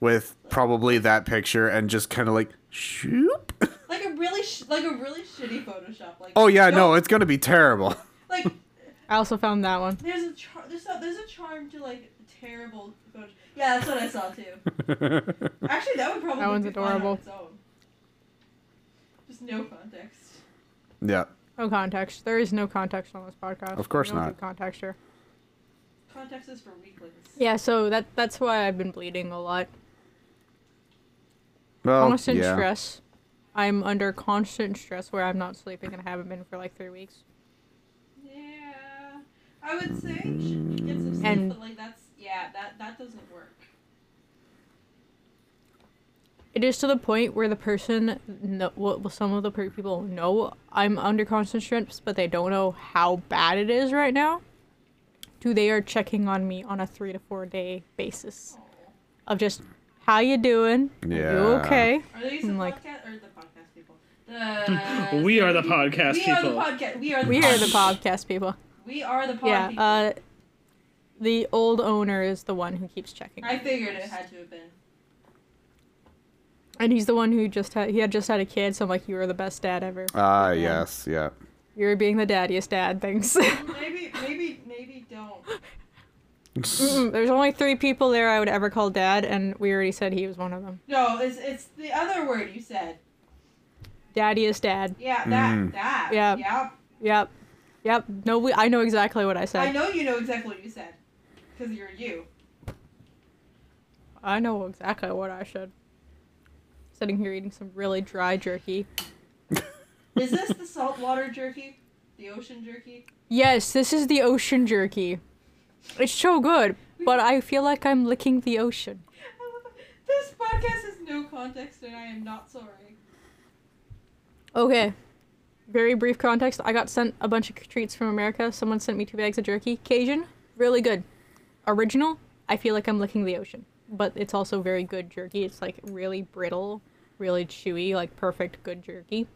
[SPEAKER 3] with probably that picture and just kind of like shoop.
[SPEAKER 5] like a really sh- like a really shitty Photoshop. Like
[SPEAKER 3] Oh yeah,
[SPEAKER 5] don't-
[SPEAKER 3] no, it's gonna be terrible.
[SPEAKER 5] like
[SPEAKER 2] I also found that one.
[SPEAKER 5] there's a char- there's a, there's a charm to like terrible Photoshop. Yeah, that's what I saw too. Actually, that would probably
[SPEAKER 2] That one's
[SPEAKER 5] be fun on
[SPEAKER 2] adorable.
[SPEAKER 5] its own. Just no context.
[SPEAKER 3] yeah,
[SPEAKER 2] No context. There is no context on this podcast.
[SPEAKER 3] Of course
[SPEAKER 2] We don't
[SPEAKER 3] not.
[SPEAKER 2] do Context here.
[SPEAKER 5] Context is for weaklings.
[SPEAKER 2] Yeah, so that that's why I've been bleeding a lot.
[SPEAKER 3] well,
[SPEAKER 2] constant
[SPEAKER 3] Oh, yeah.
[SPEAKER 2] stress. I'm under constant stress where I'm not sleeping and haven't been for like three weeks.
[SPEAKER 5] Yeah, I would say she should get some sleep,
[SPEAKER 2] And-
[SPEAKER 5] but like that's yeah, that that doesn't work.
[SPEAKER 2] It is to the point where the person, no, well, some of the per- people know I'm under constant stress, but they don't know how bad it is right now. Do they are checking on me on a three to four day basis of just how you doing? You
[SPEAKER 3] Yeah.
[SPEAKER 2] okay?
[SPEAKER 5] Are these the
[SPEAKER 2] I'm like-
[SPEAKER 5] podcast or the podcast people? The
[SPEAKER 4] we are the podcast
[SPEAKER 5] we are the
[SPEAKER 4] people.
[SPEAKER 5] podcast. We are the
[SPEAKER 2] We are
[SPEAKER 5] pod-
[SPEAKER 2] the podcast people.
[SPEAKER 5] we are the pod
[SPEAKER 2] Yeah.
[SPEAKER 5] people.
[SPEAKER 2] Uh, the old owner is the one who keeps checking.
[SPEAKER 5] I figured it had to have been.
[SPEAKER 2] And he's the one who just had he had just had a kid, so I'm like, you are the best dad ever.
[SPEAKER 3] Ah yes, yeah.
[SPEAKER 2] You're being the daddiest dad. Thanks.
[SPEAKER 5] Maybe maybe maybe don't.
[SPEAKER 2] Mm, There's only three people there I would ever call dad, and we already said he was one of them.
[SPEAKER 5] No, it's it's the other word you said.
[SPEAKER 2] Daddiest dad.
[SPEAKER 5] Yeah, that
[SPEAKER 3] Mm.
[SPEAKER 5] that.
[SPEAKER 2] Yeah.
[SPEAKER 5] Yeah.
[SPEAKER 2] Yep. Yep. No, we. I know exactly what I said.
[SPEAKER 5] I know you know exactly what you said, because you're you.
[SPEAKER 2] I know exactly what I should. Sitting here eating some really dry jerky.
[SPEAKER 5] Is this the saltwater jerky? The ocean jerky?
[SPEAKER 2] Yes, this is the ocean jerky. It's so good, but I feel like I'm licking the ocean.
[SPEAKER 5] This podcast has no context, and I am not sorry.
[SPEAKER 2] Okay. Very brief context. I got sent a bunch of treats from America. Someone sent me two bags of jerky. Cajun, really good. Original, I feel like I'm licking the ocean. But it's also very good jerky. It's like really brittle, really chewy, like perfect good jerky.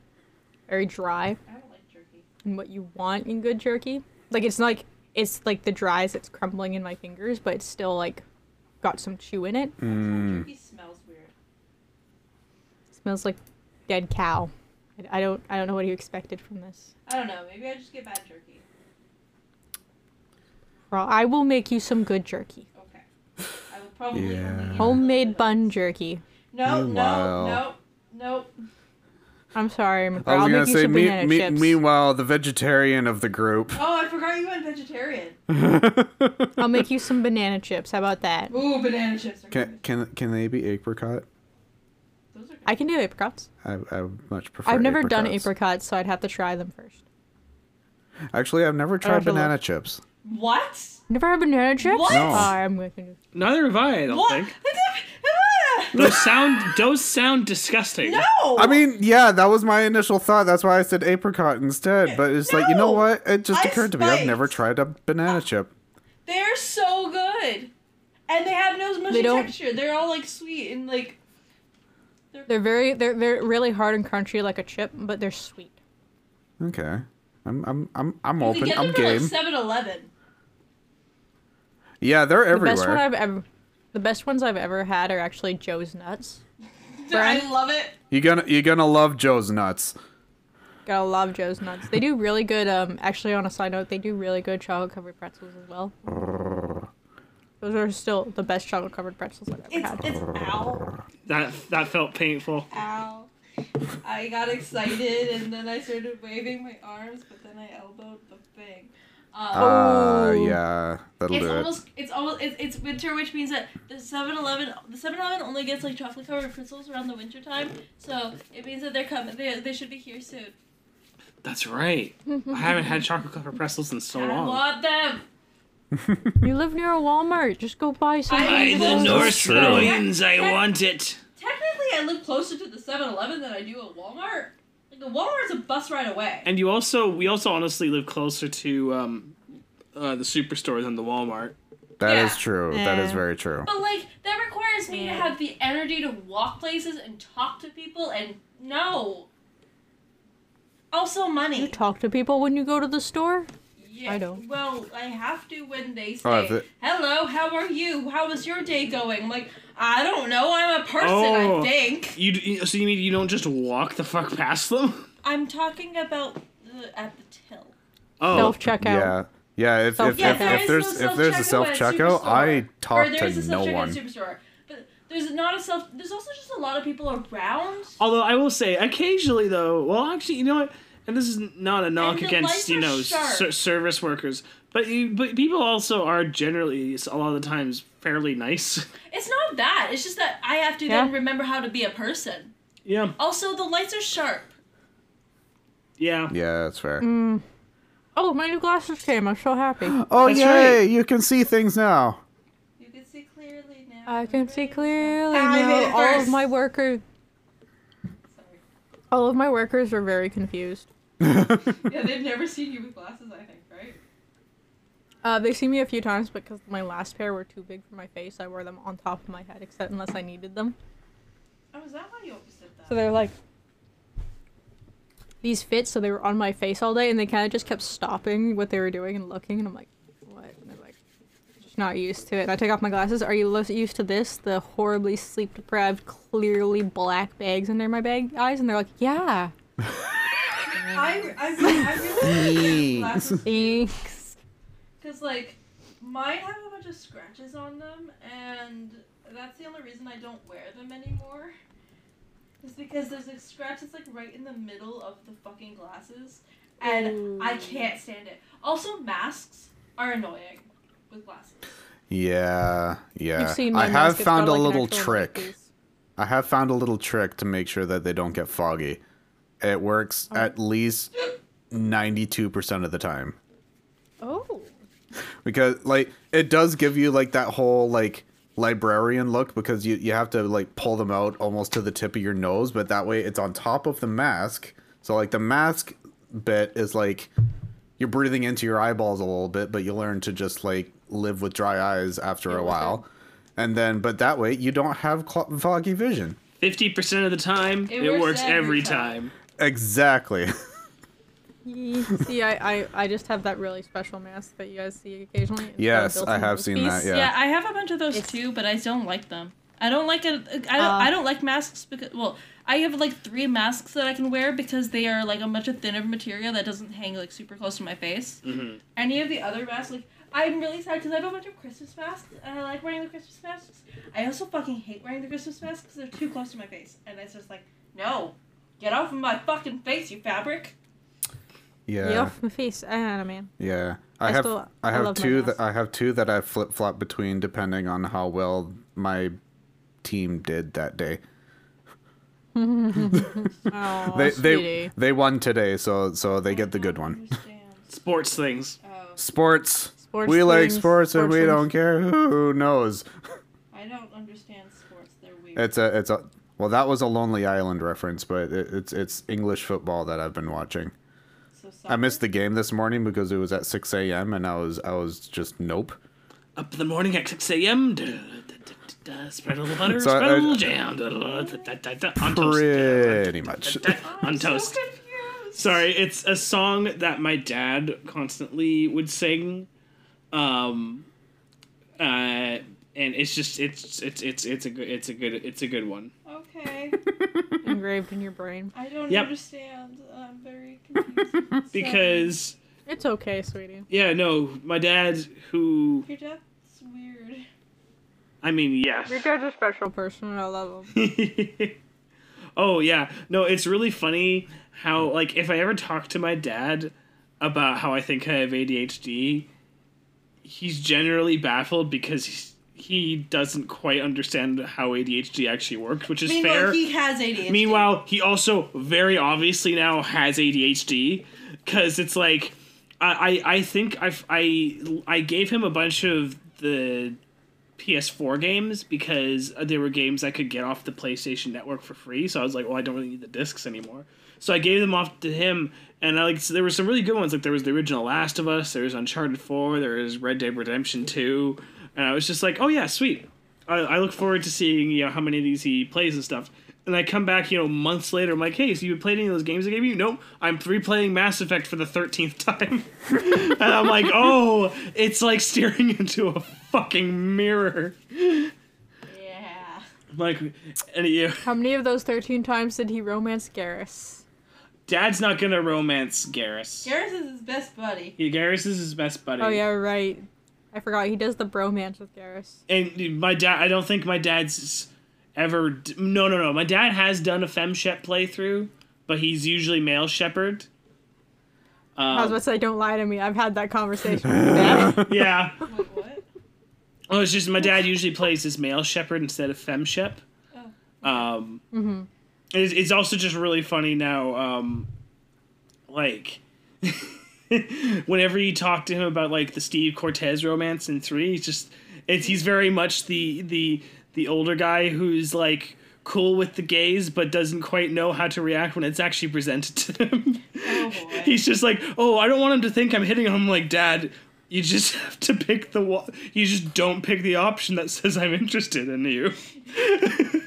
[SPEAKER 2] Very dry
[SPEAKER 5] I don't like jerky.
[SPEAKER 2] and what you want in good jerky. Like it's like it's like the dries it's crumbling in my fingers, but it's still like got some chew in it.
[SPEAKER 3] Mm. Hmm.
[SPEAKER 5] Jerky smells weird.
[SPEAKER 2] smells like dead cow. I, I don't I don't know what you expected from this.
[SPEAKER 5] I don't know. Maybe I just get bad jerky.
[SPEAKER 2] Well, I will make you some good jerky.
[SPEAKER 5] Okay. I will probably
[SPEAKER 3] Yeah.
[SPEAKER 5] only eat a
[SPEAKER 2] Homemade
[SPEAKER 5] little
[SPEAKER 2] bun
[SPEAKER 5] bit
[SPEAKER 2] jerky.
[SPEAKER 5] of- No,
[SPEAKER 3] Meanwhile-
[SPEAKER 5] no, no, no.
[SPEAKER 2] I'm sorry, Mr.
[SPEAKER 3] I was
[SPEAKER 2] I'll
[SPEAKER 3] gonna
[SPEAKER 2] make you
[SPEAKER 3] say,
[SPEAKER 2] some
[SPEAKER 3] me,
[SPEAKER 2] banana
[SPEAKER 3] me,
[SPEAKER 2] chips.
[SPEAKER 3] meanwhile, the vegetarian of the group.
[SPEAKER 5] Oh, I forgot you went vegetarian.
[SPEAKER 2] I'll make you some banana chips. How about that?
[SPEAKER 5] Ooh, banana chips are
[SPEAKER 3] Can
[SPEAKER 5] good.
[SPEAKER 3] can can they be apricot?
[SPEAKER 5] Those are good.
[SPEAKER 2] I can do apricots.
[SPEAKER 3] I, I would much prefer.
[SPEAKER 2] I've never done
[SPEAKER 3] apricots.
[SPEAKER 2] apricots, so I'd have to try them first.
[SPEAKER 3] Actually, I've never tried
[SPEAKER 2] have to look.
[SPEAKER 3] banana chips.
[SPEAKER 5] What?
[SPEAKER 2] Never had banana chips?
[SPEAKER 5] What?
[SPEAKER 3] No.
[SPEAKER 2] Oh, I'm going to.
[SPEAKER 4] Neither have I. I don't
[SPEAKER 5] What?
[SPEAKER 4] think
[SPEAKER 5] What?
[SPEAKER 4] those sound those sound disgusting.
[SPEAKER 5] No.
[SPEAKER 3] I mean, yeah, that was my initial thought. That's why I said apricot instead. But it's like, you know
[SPEAKER 5] No!
[SPEAKER 3] what? It just
[SPEAKER 5] I
[SPEAKER 3] occurred to me I've never
[SPEAKER 5] spiked.
[SPEAKER 3] tried a banana chip.
[SPEAKER 5] they're so good, and they have no mushy
[SPEAKER 2] They don't-
[SPEAKER 5] texture. They're all like sweet and like.
[SPEAKER 2] They're very, they're, they're really hard and crunchy like a chip, but they're sweet.
[SPEAKER 3] Okay. I'm I'm I'm I'm
[SPEAKER 5] You can
[SPEAKER 3] open.
[SPEAKER 5] get them
[SPEAKER 3] I'm
[SPEAKER 5] from
[SPEAKER 3] game.
[SPEAKER 5] like 7-Eleven.
[SPEAKER 3] Yeah, they're
[SPEAKER 2] The best one
[SPEAKER 3] everywhere.
[SPEAKER 2] I've ever, the best ones I've ever had are actually Joe's nuts.
[SPEAKER 5] I
[SPEAKER 2] Brian?
[SPEAKER 5] love it.
[SPEAKER 3] You're gonna you're gonna love Joe's nuts.
[SPEAKER 2] Gotta love Joe's nuts. They do really good. Um, actually, on a side note, they do really good chocolate covered pretzels as well. Those are still the best chocolate covered pretzels I've ever
[SPEAKER 5] It's
[SPEAKER 2] had.
[SPEAKER 5] it's ow
[SPEAKER 4] That that felt painful.
[SPEAKER 5] ow. I got excited and then I started waving my arms, but then I elbowed the thing. Um,
[SPEAKER 3] Uh,
[SPEAKER 2] Oh.
[SPEAKER 3] yeah, that'll
[SPEAKER 5] It's
[SPEAKER 3] do it.
[SPEAKER 5] almost it's almost it's, it's winter, which means that the 7-Eleven the 7-Eleven only gets like chocolate covered pretzels around the winter time. So it means that they're coming. They, they should be here soon.
[SPEAKER 4] That's right. I haven't had chocolate covered pretzels in so
[SPEAKER 5] I
[SPEAKER 4] long.
[SPEAKER 5] want them.
[SPEAKER 2] You live near a Walmart. Just go buy some.
[SPEAKER 5] I-
[SPEAKER 4] By the
[SPEAKER 5] That's
[SPEAKER 4] North
[SPEAKER 6] true.
[SPEAKER 4] Ruins, I want it.
[SPEAKER 5] Technically, I live closer to the 7-Eleven than I do a Walmart. Like a Walmart's a bus ride away.
[SPEAKER 4] And you also, we also honestly live closer to um, uh, the superstore than the Walmart.
[SPEAKER 3] That is
[SPEAKER 5] Yeah.
[SPEAKER 3] true. That is
[SPEAKER 2] Yeah.
[SPEAKER 3] very true.
[SPEAKER 5] But like that requires me
[SPEAKER 4] Mm.
[SPEAKER 5] to have the energy to walk places and talk to people and no. Also
[SPEAKER 2] You
[SPEAKER 5] money.
[SPEAKER 2] talk to people when you go to the store.
[SPEAKER 5] Yeah.
[SPEAKER 2] I don't.
[SPEAKER 5] Well, I have to when they say,
[SPEAKER 3] Oh, if it-
[SPEAKER 5] "Hello, how are you? How was your day going?" I'm like, "I don't know. I'm a person.
[SPEAKER 4] Oh.
[SPEAKER 5] I think."
[SPEAKER 4] You d- so you mean you don't just walk the fuck past them?
[SPEAKER 5] I'm talking about the, at the till.
[SPEAKER 4] Oh,
[SPEAKER 2] Self checkout.
[SPEAKER 3] Yeah, yeah. If if,
[SPEAKER 2] Yeah,
[SPEAKER 3] if,
[SPEAKER 2] there
[SPEAKER 3] if
[SPEAKER 5] is
[SPEAKER 3] there's
[SPEAKER 5] no
[SPEAKER 3] if there's a self
[SPEAKER 5] self-checkout at
[SPEAKER 3] checkout, I
[SPEAKER 5] Superstore.
[SPEAKER 3] talk
[SPEAKER 5] or there is
[SPEAKER 3] to
[SPEAKER 5] a
[SPEAKER 3] no
[SPEAKER 5] self-checkout
[SPEAKER 3] one.
[SPEAKER 5] at Superstore, but there's not a self. There's also just a lot of people around.
[SPEAKER 4] Although I will say, occasionally though, well, actually, you know what? And this is not a knock
[SPEAKER 5] the
[SPEAKER 4] against
[SPEAKER 5] lights
[SPEAKER 4] you
[SPEAKER 5] are
[SPEAKER 4] know
[SPEAKER 5] sharp.
[SPEAKER 4] ser- service workers, but you, but people also are generally a lot of the times fairly nice.
[SPEAKER 5] It's not that. It's just that I have to
[SPEAKER 2] Yeah.
[SPEAKER 5] then remember how to be a person.
[SPEAKER 4] yeah,
[SPEAKER 5] Also, the lights are sharp.
[SPEAKER 4] yeah.
[SPEAKER 3] Yeah, that's fair.
[SPEAKER 2] Oh, my new glasses came. I'm so happy.
[SPEAKER 3] Oh
[SPEAKER 4] That's
[SPEAKER 3] yay!
[SPEAKER 4] right.
[SPEAKER 3] You can see things now.
[SPEAKER 5] You can see clearly now.
[SPEAKER 2] I can see clearly
[SPEAKER 5] I
[SPEAKER 2] now.
[SPEAKER 5] made it
[SPEAKER 2] All of
[SPEAKER 5] first.
[SPEAKER 2] my workers,
[SPEAKER 5] Sorry.
[SPEAKER 2] all of my workers are very confused.
[SPEAKER 5] Yeah, they've never seen you with glasses. I think, right?
[SPEAKER 2] Uh, they see me a few times because my last pair were too big for my face. I wore them on top of my head, except unless I needed them.
[SPEAKER 5] Oh, is that why you always did that?
[SPEAKER 2] So they're like, these fit, so they were on my face all day, and they kind of just kept stopping what they were doing and looking, and I'm like, what? And they're like, just not used to it. And I take off my glasses. Are you less used to this? The horribly sleep deprived, clearly black bags under my bag eyes, and they're like, yeah.
[SPEAKER 5] I, I, I really like glasses
[SPEAKER 2] Thanks.
[SPEAKER 5] because like mine have a bunch of scratches on them, and that's the only reason I don't wear them anymore. Is because there's a scratch that's like right in the middle of the fucking glasses, and I can't stand it. Also, masks are annoying with glasses.
[SPEAKER 3] Yeah, yeah.
[SPEAKER 2] You've seen my
[SPEAKER 3] Uh, I
[SPEAKER 2] mask,
[SPEAKER 3] have
[SPEAKER 2] it's
[SPEAKER 3] found
[SPEAKER 2] got,
[SPEAKER 3] a
[SPEAKER 2] like, an
[SPEAKER 3] little
[SPEAKER 2] actual
[SPEAKER 3] trick.
[SPEAKER 2] mouthpiece.
[SPEAKER 3] I have found a little trick to make sure that they don't get foggy. It works
[SPEAKER 2] Oh.
[SPEAKER 3] at least ninety-two percent of the time.
[SPEAKER 2] Oh.
[SPEAKER 3] because like it does give you like that whole like librarian look because you you have to like pull them out almost to the tip of your nose but that way it's on top of the mask so like the mask bit is like you're breathing into your eyeballs a little bit but you learn to just like live with dry eyes after a while and then but that way you don't have cl- foggy vision
[SPEAKER 4] Fifty percent of the time, it,
[SPEAKER 5] It works
[SPEAKER 4] works
[SPEAKER 5] every
[SPEAKER 4] every
[SPEAKER 5] time.
[SPEAKER 4] time.
[SPEAKER 3] exactly
[SPEAKER 2] Ye- see, I, I, I just have that really special mask that you guys see occasionally. It's got a
[SPEAKER 3] yes i
[SPEAKER 2] built-in
[SPEAKER 3] have
[SPEAKER 2] nose
[SPEAKER 3] seen
[SPEAKER 2] piece.
[SPEAKER 3] that yeah,
[SPEAKER 5] I have a bunch of those
[SPEAKER 2] It's-
[SPEAKER 5] too, but I don't like them. I don't like it. I don't,
[SPEAKER 2] Uh.
[SPEAKER 5] I don't like masks because well, I have like three masks that I can wear because they are like a much thinner material that doesn't hang like super close to my face.
[SPEAKER 3] Mm-hmm.
[SPEAKER 5] Any of the other masks, like I'm really sad because I have a bunch of Christmas masks and I like wearing the Christmas masks. I also fucking hate wearing the Christmas masks because they're too close to my face, and it's just like, no, get off of my fucking face, you fabric.
[SPEAKER 3] yeah.
[SPEAKER 2] Yeah, off my face. I don't know, man.
[SPEAKER 3] Yeah, I, have
[SPEAKER 2] still-
[SPEAKER 3] I
[SPEAKER 2] I
[SPEAKER 3] have
[SPEAKER 2] love my
[SPEAKER 3] two that
[SPEAKER 2] mask.
[SPEAKER 3] I have two that I flip flop between depending on how well my team did that day.
[SPEAKER 2] Oh,
[SPEAKER 3] They
[SPEAKER 2] sweetie.
[SPEAKER 3] they they won today, so so they get the good one.
[SPEAKER 5] Understand.
[SPEAKER 4] Sports things.
[SPEAKER 5] Oh,
[SPEAKER 3] Sports.
[SPEAKER 2] Sports
[SPEAKER 3] we like
[SPEAKER 2] things,
[SPEAKER 3] sports, and
[SPEAKER 2] sports
[SPEAKER 3] we
[SPEAKER 2] things.
[SPEAKER 3] don't care who knows.
[SPEAKER 5] I don't understand sports. They're weird.
[SPEAKER 3] It's a it's a well that was a Lonely Island reference, but it, it's it's English football that I've been watching.
[SPEAKER 5] so sorry.
[SPEAKER 3] I missed the game this morning because it was at six a.m. and I was I was just nope.
[SPEAKER 4] Up in the morning at six a.m. da- da- da- da- da, Spread a little butter,
[SPEAKER 3] So
[SPEAKER 4] spread
[SPEAKER 3] I-
[SPEAKER 4] a little jam. da- da- da- da- da- da, On toast.
[SPEAKER 3] Pretty much.
[SPEAKER 4] On toast.
[SPEAKER 5] So confused.
[SPEAKER 4] Sorry, it's a song that my dad constantly would sing. Um, and it's just it's it's it's it's a good it's a good it's a good one.
[SPEAKER 5] Okay.
[SPEAKER 2] engraved in your brain.
[SPEAKER 5] I don't
[SPEAKER 4] Yep.
[SPEAKER 5] understand. I'm very confused. So,
[SPEAKER 4] Because
[SPEAKER 2] It's okay, sweetie.
[SPEAKER 4] yeah, no, my dad who
[SPEAKER 5] your dad's weird.
[SPEAKER 4] I mean yes.
[SPEAKER 1] Your dad's a special.
[SPEAKER 2] A person, and I love him.
[SPEAKER 4] oh yeah no it's really funny how like if i ever talk to my dad about how i think i have adhd he's generally baffled because he's, he doesn't quite understand how adhd actually works which is
[SPEAKER 5] Meanwhile,
[SPEAKER 4] fair
[SPEAKER 5] he has ADHD.
[SPEAKER 4] meanwhile he also very obviously now has adhd because it's like I, I i think i've i i gave him a bunch of the PS4 games because they were games I could get off the PlayStation Network for free. So I was like, well, I don't really need the discs anymore. So I gave them off to him, and I like so there were some really good ones. Like there was the original Last of Us, there was Uncharted 4, there was Red Dead Redemption 2, and I was just like, oh yeah, sweet. I, I look forward to seeing you know how many of these he plays and stuff. And I come back, you know, months later. I'm like, "Hey, so you played any of those games I gave you?" Nope. I'm replaying Mass Effect for the thirteenth time, and I'm like, "Oh, it's like staring into a fucking mirror."
[SPEAKER 5] Yeah.
[SPEAKER 4] Like, and you,
[SPEAKER 2] How many of those 13 times did he romance Garrus?
[SPEAKER 4] Dad's not gonna romance Garrus.
[SPEAKER 5] Garrus is his best buddy.
[SPEAKER 4] Yeah, Garrus is his best buddy.
[SPEAKER 2] Oh, yeah, right. I forgot. He does the bromance with Garrus.
[SPEAKER 4] And my dad, I don't think my dad's ever. d- No, no, no. My dad has done a fem shep playthrough, but he's usually male shepherd.
[SPEAKER 2] I
[SPEAKER 4] Um,
[SPEAKER 2] was about to say, don't lie to me. I've had that conversation with Dad.
[SPEAKER 4] Yeah.
[SPEAKER 5] Wait, what?
[SPEAKER 4] Oh, it's just my dad usually plays as male shepherd instead of fem shep. Um, it's, it's also just really funny now. Um, like, whenever you talk to him about like the Steve Cortez romance in three, he's just it's he's very much the the the older guy who's like cool with the gays but doesn't quite know how to react when it's actually presented to him.
[SPEAKER 5] Oh boy.
[SPEAKER 4] he's just like, oh, I don't want him to think I'm hitting on him. Like, Dad, you just have to pick the wa- you just don't pick the option that says I'm interested in you.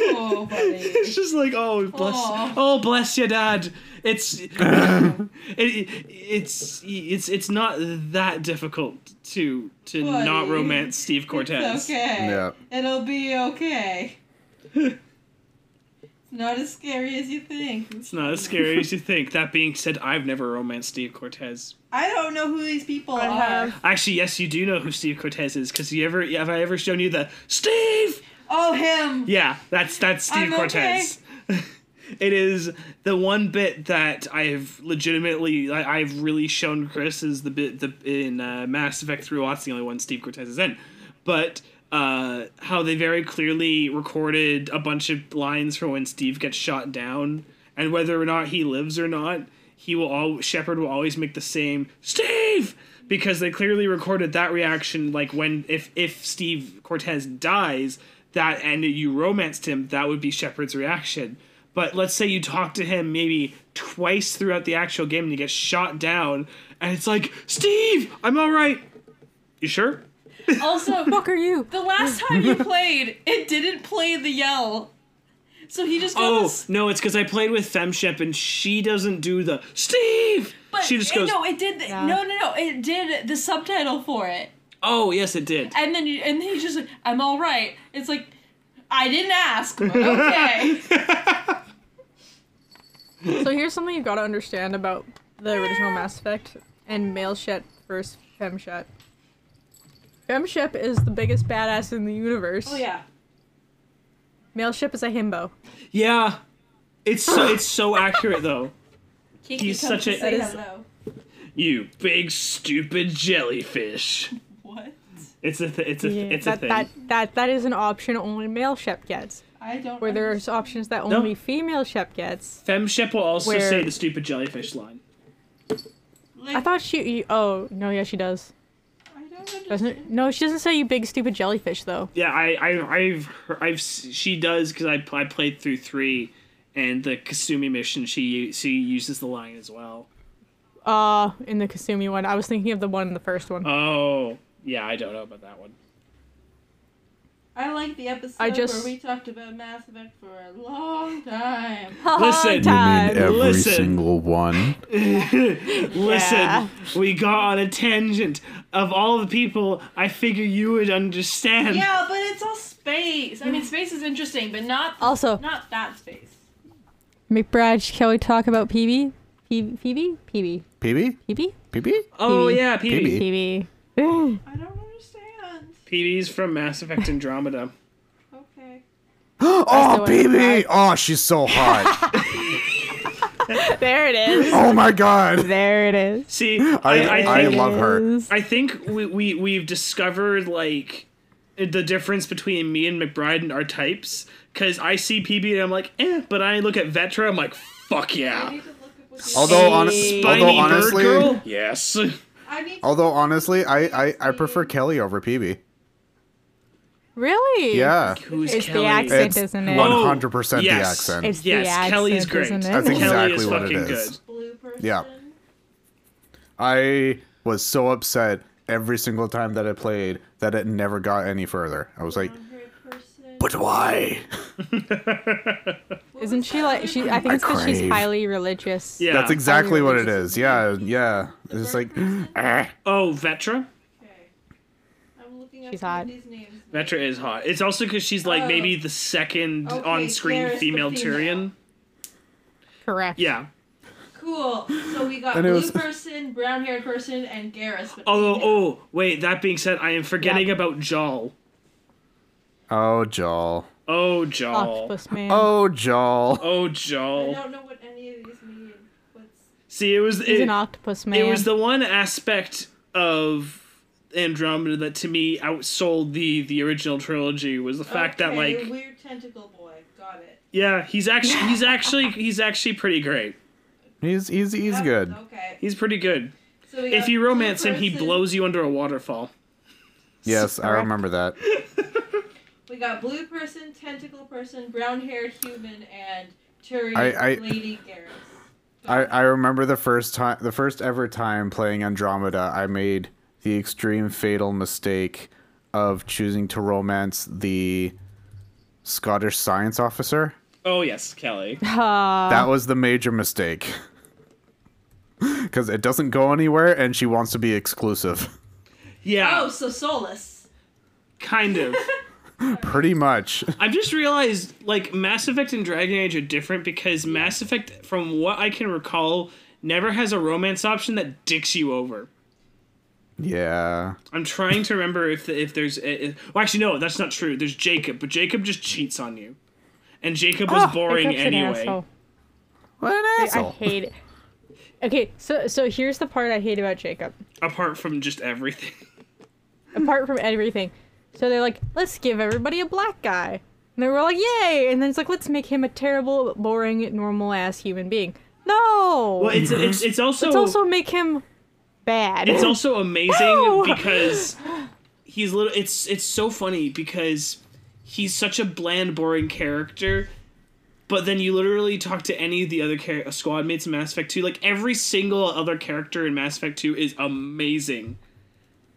[SPEAKER 5] oh buddy.
[SPEAKER 4] It's just like, oh, bless,
[SPEAKER 5] Aw.
[SPEAKER 4] oh, bless your dad. It's it, it's it's it's not that difficult to to
[SPEAKER 5] Buddy.
[SPEAKER 4] not romance Steve Cortez.
[SPEAKER 5] It's okay.
[SPEAKER 3] Yeah.
[SPEAKER 5] It'll be okay. it's not as scary as you think.
[SPEAKER 4] It's not as scary as you think. That being said, I've never romanced Steve Cortez.
[SPEAKER 5] I don't know who these people
[SPEAKER 2] I
[SPEAKER 5] are.
[SPEAKER 2] have.
[SPEAKER 4] Actually, yes, you do know who Steve Cortez is because you ever have I ever shown you the Steve?
[SPEAKER 5] Oh, him.
[SPEAKER 4] Yeah, that's that's Steve
[SPEAKER 5] I'm okay.
[SPEAKER 4] Cortez. it is the one bit that I've legitimately I, I've really shown Chris is the bit the in uh, Mass Effect 3 Lots the only one Steve Cortez is in. But uh, how they very clearly recorded a bunch of lines for when Steve gets shot down and whether or not he lives or not, he will all Shepard will always make the same Steve because they clearly recorded that reaction like when if if Steve Cortez dies that and you romanced him that would be Shepard's reaction but let's say you talk to him maybe twice throughout the actual game and he gets shot down and it's like Steve I'm all right you sure
[SPEAKER 5] Also,
[SPEAKER 2] Fuck are you?
[SPEAKER 5] the last time you played, it didn't play the yell. So he just
[SPEAKER 4] oh
[SPEAKER 5] goes.
[SPEAKER 4] no it's because I played with Femshep and she doesn't do the Steve
[SPEAKER 5] but
[SPEAKER 4] she just
[SPEAKER 5] it-
[SPEAKER 4] goes
[SPEAKER 5] No, it did.
[SPEAKER 2] Yeah.
[SPEAKER 5] No, no, no. It did the subtitle for it.
[SPEAKER 4] oh yes it did
[SPEAKER 5] And then you, and then he's just like, I'm all right. It's like, I didn't ask. but Okay.
[SPEAKER 2] So here's something you've got to understand about the original Mass Effect and male Shep versus fem Shep. Fem Shep is the biggest badass in the universe.
[SPEAKER 5] oh yeah.
[SPEAKER 2] Male Shep is a himbo.
[SPEAKER 4] yeah it's so it's so accurate though
[SPEAKER 5] Kiki
[SPEAKER 4] He's
[SPEAKER 5] comes
[SPEAKER 4] such
[SPEAKER 5] to
[SPEAKER 4] a-
[SPEAKER 5] say
[SPEAKER 2] that is-
[SPEAKER 5] hello.
[SPEAKER 4] you big stupid jellyfish
[SPEAKER 5] What?
[SPEAKER 4] it's a th- it's a th- it's
[SPEAKER 2] that,
[SPEAKER 4] a thing
[SPEAKER 2] that that that is an option only male Shep gets.
[SPEAKER 5] I don't.
[SPEAKER 2] Where there's
[SPEAKER 5] understand.
[SPEAKER 2] options that only female Shep gets.
[SPEAKER 4] Femshep will also
[SPEAKER 2] Where-
[SPEAKER 4] say the stupid jellyfish line.
[SPEAKER 5] Like,
[SPEAKER 2] I thought she. you- Oh no, yeah, she does.
[SPEAKER 5] I don't understand.
[SPEAKER 2] Doesn't? No, she doesn't say you big stupid jellyfish though.
[SPEAKER 4] Yeah, I, I I've heard, I've s- she does because I I played through three, and the Kasumi mission she u- she uses the line as well.
[SPEAKER 2] Uh, in the Kasumi one, I was thinking of the one in the first one.
[SPEAKER 4] Oh yeah, I don't know about that one.
[SPEAKER 5] I like the episode
[SPEAKER 2] I just-
[SPEAKER 5] where we talked about Mass Effect for a long time.
[SPEAKER 2] Um,
[SPEAKER 4] Listen.
[SPEAKER 3] You mean
[SPEAKER 2] Time.
[SPEAKER 3] every
[SPEAKER 4] Listen.
[SPEAKER 3] single one?
[SPEAKER 4] Listen,
[SPEAKER 2] Yeah.
[SPEAKER 4] we got on a tangent. Of all the people, I figure you would understand.
[SPEAKER 5] yeah, but it's all space. I mean, space is interesting, but not
[SPEAKER 2] Also-
[SPEAKER 5] not that space.
[SPEAKER 2] McBride, shall we talk about PB? P- Phoebe? PB?
[SPEAKER 3] PB?
[SPEAKER 2] PB?
[SPEAKER 3] PB?
[SPEAKER 4] Oh
[SPEAKER 2] PB.
[SPEAKER 4] yeah, PB.
[SPEAKER 3] PB.
[SPEAKER 2] PB.
[SPEAKER 5] I don't understand.
[SPEAKER 4] PB's from Mass Effect Andromeda.
[SPEAKER 5] Okay.
[SPEAKER 3] Oh,
[SPEAKER 2] what
[SPEAKER 3] PB! Oh, she's so hot.
[SPEAKER 2] There it is.
[SPEAKER 3] oh my god.
[SPEAKER 2] There it is.
[SPEAKER 4] See,
[SPEAKER 3] I, I,
[SPEAKER 4] I, think,
[SPEAKER 3] love her.
[SPEAKER 4] I think we, we we've discovered like the difference between me and McBride and our types. Cause I see PB and I'm like, eh, but I look at Vetra, I'm like, fuck
[SPEAKER 5] I
[SPEAKER 4] yeah.
[SPEAKER 5] need to look up what the-
[SPEAKER 3] Although, hon-
[SPEAKER 2] Spiny
[SPEAKER 3] although
[SPEAKER 4] Spiny bird
[SPEAKER 3] honestly,
[SPEAKER 4] girl? Yes.
[SPEAKER 5] I need. To,
[SPEAKER 3] although honestly, I, I, I prefer Kelly over PB.
[SPEAKER 2] Really?
[SPEAKER 3] Yeah,
[SPEAKER 4] Who's
[SPEAKER 2] It's
[SPEAKER 4] Kelly?
[SPEAKER 2] the accent,
[SPEAKER 3] it's
[SPEAKER 2] isn't it?
[SPEAKER 3] one hundred percent the
[SPEAKER 4] Yes.
[SPEAKER 3] accent.
[SPEAKER 2] It's the
[SPEAKER 4] yes, Kelly is
[SPEAKER 2] accent,
[SPEAKER 4] great.
[SPEAKER 2] isn't it?
[SPEAKER 3] That's
[SPEAKER 4] Kelly
[SPEAKER 3] exactly
[SPEAKER 4] is
[SPEAKER 3] what it
[SPEAKER 4] fucking
[SPEAKER 3] is.
[SPEAKER 4] good.
[SPEAKER 5] blue person.
[SPEAKER 3] Yeah. I was so upset every single time that I played that it never got any further. I was like,
[SPEAKER 5] brown-haired person.
[SPEAKER 3] but why?
[SPEAKER 5] What
[SPEAKER 2] Isn't
[SPEAKER 5] was
[SPEAKER 2] she
[SPEAKER 5] that
[SPEAKER 2] like
[SPEAKER 5] other
[SPEAKER 2] she?
[SPEAKER 5] one?
[SPEAKER 2] I think it's because she's
[SPEAKER 3] crave.
[SPEAKER 2] highly religious.
[SPEAKER 4] Yeah.
[SPEAKER 3] That's exactly what it
[SPEAKER 2] religious.
[SPEAKER 3] is. Yeah, yeah. It's like, eh.
[SPEAKER 4] Oh, Vetra?
[SPEAKER 5] Okay. I'm looking at
[SPEAKER 2] She's
[SPEAKER 5] some of
[SPEAKER 2] hot.
[SPEAKER 5] these names.
[SPEAKER 4] Vetra is hot. It's also because she's like
[SPEAKER 5] Oh.
[SPEAKER 4] maybe the second
[SPEAKER 5] Okay,
[SPEAKER 4] on screen
[SPEAKER 5] there's the
[SPEAKER 4] female
[SPEAKER 5] female.
[SPEAKER 4] Tyrion.
[SPEAKER 2] Correct.
[SPEAKER 4] Yeah.
[SPEAKER 5] Cool. So we got
[SPEAKER 3] And it
[SPEAKER 5] blue
[SPEAKER 3] was-
[SPEAKER 5] person, brown haired person, and Garrus. but
[SPEAKER 4] Although,
[SPEAKER 5] female.
[SPEAKER 4] oh, wait, that being said, I am forgetting about Jal.
[SPEAKER 3] oh, Joel.
[SPEAKER 5] Ah,
[SPEAKER 4] Oh, Jal.
[SPEAKER 2] Octopus man.
[SPEAKER 3] Oh, Joel.
[SPEAKER 4] Oh,
[SPEAKER 5] I
[SPEAKER 4] Jal.
[SPEAKER 5] don't know what any of these mean. What's
[SPEAKER 4] See, it was.
[SPEAKER 2] He's
[SPEAKER 4] It,
[SPEAKER 2] an octopus man.
[SPEAKER 4] it was the one aspect of Andromeda that to me outsold the the original trilogy was the fact that
[SPEAKER 5] Okay,
[SPEAKER 4] like
[SPEAKER 5] weird tentacle boy. Got it.
[SPEAKER 4] yeah he's actually he's actually he's actually pretty great
[SPEAKER 3] He's he's he's
[SPEAKER 5] That's-
[SPEAKER 3] good.
[SPEAKER 5] Okay.
[SPEAKER 4] he's pretty good
[SPEAKER 5] So we
[SPEAKER 4] if
[SPEAKER 5] got
[SPEAKER 4] you
[SPEAKER 5] blue
[SPEAKER 4] romance him he
[SPEAKER 5] person-
[SPEAKER 4] blows you under a waterfall
[SPEAKER 3] Yes, I remember that.
[SPEAKER 5] We got blue person, tentacle person, brown haired human, and Turi
[SPEAKER 3] I- I-
[SPEAKER 5] Lady Garrus.
[SPEAKER 3] I, I remember the first time the first ever time playing Andromeda, I made the extreme fatal mistake of choosing to romance the Scottish science officer.
[SPEAKER 4] oh yes Kelly
[SPEAKER 2] Uh,
[SPEAKER 3] that was the major mistake. Because it doesn't go anywhere and she wants to be exclusive.
[SPEAKER 4] yeah
[SPEAKER 5] Oh, so Solus.
[SPEAKER 4] kind of
[SPEAKER 3] Pretty much.
[SPEAKER 4] I've just realized like Mass Effect and Dragon Age are different because Mass Effect, from what I can recall, never has a romance option that dicks you over.
[SPEAKER 3] Yeah.
[SPEAKER 4] I'm trying to remember if the, if there's if, well actually no that's not true. There's Jacob, but Jacob just cheats on you, and Jacob was
[SPEAKER 3] Oh,
[SPEAKER 4] boring
[SPEAKER 2] Ah, Jacob's an
[SPEAKER 4] anyway.
[SPEAKER 2] asshole.
[SPEAKER 3] What an
[SPEAKER 2] I
[SPEAKER 3] asshole.
[SPEAKER 2] hate it. Okay, so so here's the part I hate about Jacob.
[SPEAKER 4] Apart from just everything,
[SPEAKER 2] Apart from everything, so they're like, let's give everybody a black guy, and they were like, yay, and then it's like, let's make him a terrible, boring, normal ass human being. No.
[SPEAKER 4] well it's it's it's also
[SPEAKER 2] Let's also make him bad.
[SPEAKER 4] it's also amazing
[SPEAKER 2] No!
[SPEAKER 4] because he's little it's it's so funny because he's such a bland boring character but then you literally talk to any of the other char- uh, squad mates in mass effect 2 like every single other character in mass effect 2 is amazing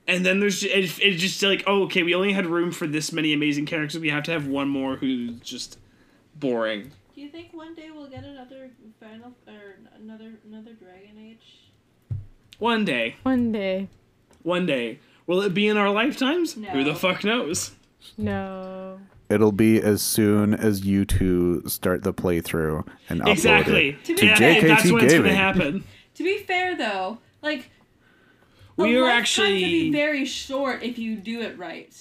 [SPEAKER 4] and then there's it, it's just like oh okay we only had room for this many amazing characters we have to have one more who's just boring
[SPEAKER 5] Do you think one day we'll get another final or another another Dragon Age?
[SPEAKER 4] one day
[SPEAKER 2] one day.
[SPEAKER 4] one day will it be in our lifetimes who the
[SPEAKER 5] No.
[SPEAKER 4] fuck knows
[SPEAKER 2] No.
[SPEAKER 3] It'll be as soon as you two start the playthrough and upload
[SPEAKER 4] Exactly.
[SPEAKER 3] it.
[SPEAKER 5] To
[SPEAKER 4] Yeah,
[SPEAKER 3] JKT
[SPEAKER 4] that's when it's going to
[SPEAKER 3] Gaming.
[SPEAKER 4] happen.
[SPEAKER 5] To be fair though, like the
[SPEAKER 4] We are
[SPEAKER 5] lifetime could be
[SPEAKER 4] actually
[SPEAKER 5] very short if you do it right.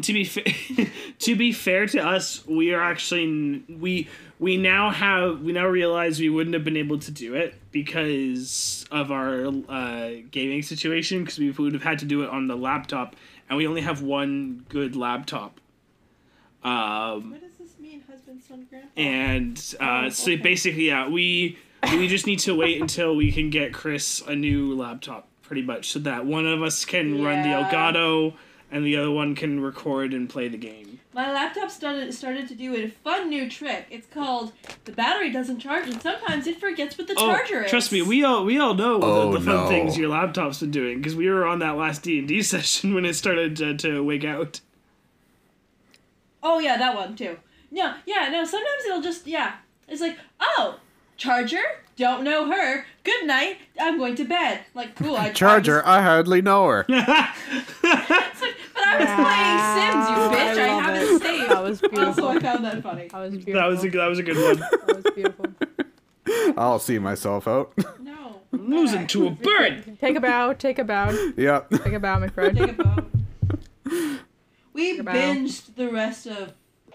[SPEAKER 4] to be fa- to be fair to us, we are actually n- we we now have we now realize we wouldn't have been able to do it because of our uh, gaming situation because we would have had to do it on the laptop and we only have one good laptop. Um,
[SPEAKER 5] What does this mean, husband, son, grandpa?
[SPEAKER 4] and uh,
[SPEAKER 5] Oh,
[SPEAKER 4] so
[SPEAKER 5] okay.
[SPEAKER 4] basically, yeah, we we just need to wait until we can get Chris a new laptop, pretty much, so that one of us can run the
[SPEAKER 5] Yeah.
[SPEAKER 4] Elgato and the other one can record and play the game.
[SPEAKER 5] My laptop started started to do a fun new trick. It's called the battery doesn't charge, and sometimes it forgets what the charger
[SPEAKER 4] oh,
[SPEAKER 5] is.
[SPEAKER 4] trust me, we all we all know
[SPEAKER 3] Oh,
[SPEAKER 4] the, the fun
[SPEAKER 3] no.
[SPEAKER 4] things your laptop's been doing because we were on that last D and D session when it started to, to wig out.
[SPEAKER 5] Oh yeah, that one too. No, yeah, no. Sometimes it'll just yeah. It's like oh, Charger, don't know her. Good night. I'm going to bed. Like cool. I
[SPEAKER 3] Charger, I hardly know her.
[SPEAKER 5] It's like, but I was playing Sims, you bitch. I,
[SPEAKER 2] love
[SPEAKER 5] haven't
[SPEAKER 2] it.
[SPEAKER 5] saved.
[SPEAKER 2] That was
[SPEAKER 5] Also, I
[SPEAKER 2] beautiful.
[SPEAKER 5] found that funny.
[SPEAKER 2] That was beautiful.
[SPEAKER 4] That was a, that was a good one.
[SPEAKER 2] That was beautiful.
[SPEAKER 3] I'll see myself out.
[SPEAKER 5] No.
[SPEAKER 4] I'm losing to a bird.
[SPEAKER 2] Take a bow. Take a bow.
[SPEAKER 3] yep.
[SPEAKER 2] Take a bow, McBride.
[SPEAKER 5] Take a boat. We
[SPEAKER 2] Take a bow.
[SPEAKER 5] binged the rest of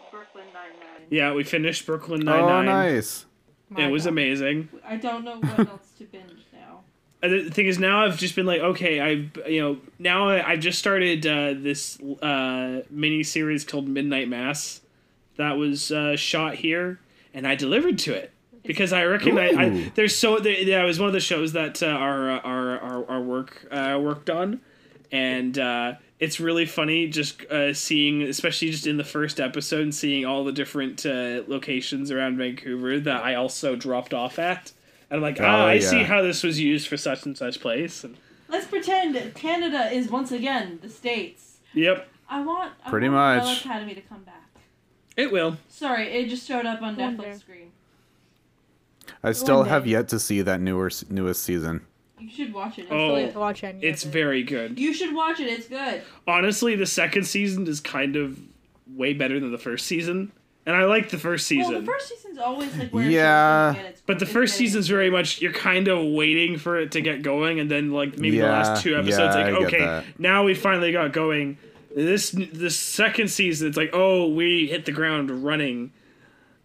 [SPEAKER 5] Brooklyn Nine
[SPEAKER 4] Yeah, we finished Brooklyn Nine
[SPEAKER 3] Oh,
[SPEAKER 4] Nine.
[SPEAKER 3] nice.
[SPEAKER 4] It was amazing.
[SPEAKER 5] Nine. I don't know what else to binge now.
[SPEAKER 4] And the thing is, now I've just been like, okay, I, you know, now I, I've just started uh, this uh, mini series called Midnight Mass, that was uh, shot here, and I delivered to it because I recognize
[SPEAKER 3] Ooh.
[SPEAKER 4] I, there's so there, yeah, it was one of the shows that uh, our, uh, our our our work uh, worked on, and uh, it's really funny just uh, seeing, especially just in the first episode, and seeing all the different uh, locations around Vancouver that I also dropped off at. And I'm like, ah,
[SPEAKER 3] Oh,
[SPEAKER 4] I
[SPEAKER 3] yeah.
[SPEAKER 4] see how this was used for such and such place. And,
[SPEAKER 5] Let's pretend that Canada is once again the states.
[SPEAKER 4] yep,
[SPEAKER 5] I want I
[SPEAKER 3] Pretty
[SPEAKER 5] want
[SPEAKER 3] much.
[SPEAKER 5] Umbrella Academy to come back.
[SPEAKER 4] it will.
[SPEAKER 5] Sorry, it just showed up on
[SPEAKER 2] Wonder.
[SPEAKER 5] Netflix screen.
[SPEAKER 3] I still
[SPEAKER 2] day.
[SPEAKER 3] have yet to see that newer s- newest season.
[SPEAKER 5] You should watch it. It's
[SPEAKER 4] Oh.
[SPEAKER 5] really-
[SPEAKER 2] Watch any.
[SPEAKER 4] It's
[SPEAKER 2] of it.
[SPEAKER 4] very good.
[SPEAKER 5] You should watch it. It's good.
[SPEAKER 4] honestly, the second season is kind of way better than the first season, and I like the first season.
[SPEAKER 5] Well, the first season's always like where
[SPEAKER 3] Yeah.
[SPEAKER 5] it's, it's,
[SPEAKER 4] but the
[SPEAKER 5] it's
[SPEAKER 4] first
[SPEAKER 5] getting-
[SPEAKER 4] season's very much you're kind of waiting for it to get going, and then like maybe the last
[SPEAKER 3] Yeah,
[SPEAKER 4] two episodes,
[SPEAKER 3] yeah, I
[SPEAKER 4] like
[SPEAKER 3] get
[SPEAKER 4] okay,
[SPEAKER 3] that.
[SPEAKER 4] now we finally got going. This the second season, it's like oh we hit the ground running.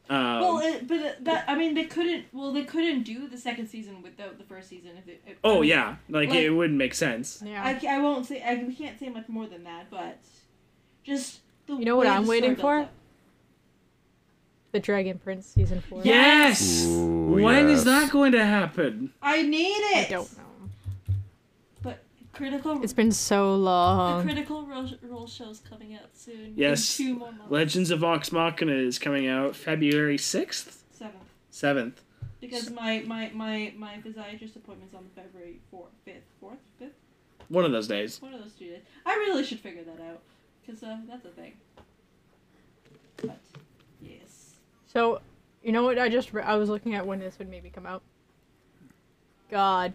[SPEAKER 4] Um,
[SPEAKER 5] Well, it, but it- that I mean they couldn't. Well, they couldn't do the second season without the first season. If it, if, I
[SPEAKER 4] oh
[SPEAKER 5] mean,
[SPEAKER 4] yeah, like,
[SPEAKER 5] like-
[SPEAKER 4] it wouldn't make sense.
[SPEAKER 2] Yeah.
[SPEAKER 5] I, ca- I won't say I can't say much more than that, but just the
[SPEAKER 2] You know what
[SPEAKER 5] way the
[SPEAKER 2] I'm
[SPEAKER 5] story
[SPEAKER 2] waiting
[SPEAKER 5] built
[SPEAKER 2] for?
[SPEAKER 5] up.
[SPEAKER 2] the Dragon Prince season four.
[SPEAKER 4] Yes.
[SPEAKER 3] Ooh,
[SPEAKER 4] When
[SPEAKER 3] yes.
[SPEAKER 4] is that going to happen?
[SPEAKER 5] I need
[SPEAKER 2] I
[SPEAKER 5] it.
[SPEAKER 2] don't know.
[SPEAKER 5] But critical.
[SPEAKER 2] It's been so
[SPEAKER 5] the
[SPEAKER 2] long.
[SPEAKER 5] critical role, role show's coming out soon. in
[SPEAKER 4] Yes.
[SPEAKER 5] two more months.
[SPEAKER 4] Legends of Vox Machina is coming out February sixth,
[SPEAKER 5] Seventh.
[SPEAKER 4] seventh.
[SPEAKER 5] Because my my my my physiatrist appointment's on February fourth, fifth, fourth, fifth.
[SPEAKER 4] One of those days.
[SPEAKER 5] One of those two days. I really should figure that out, cause uh, that's a thing. But yes.
[SPEAKER 2] So, you know what? I just re- I was looking at when this would maybe come out. God,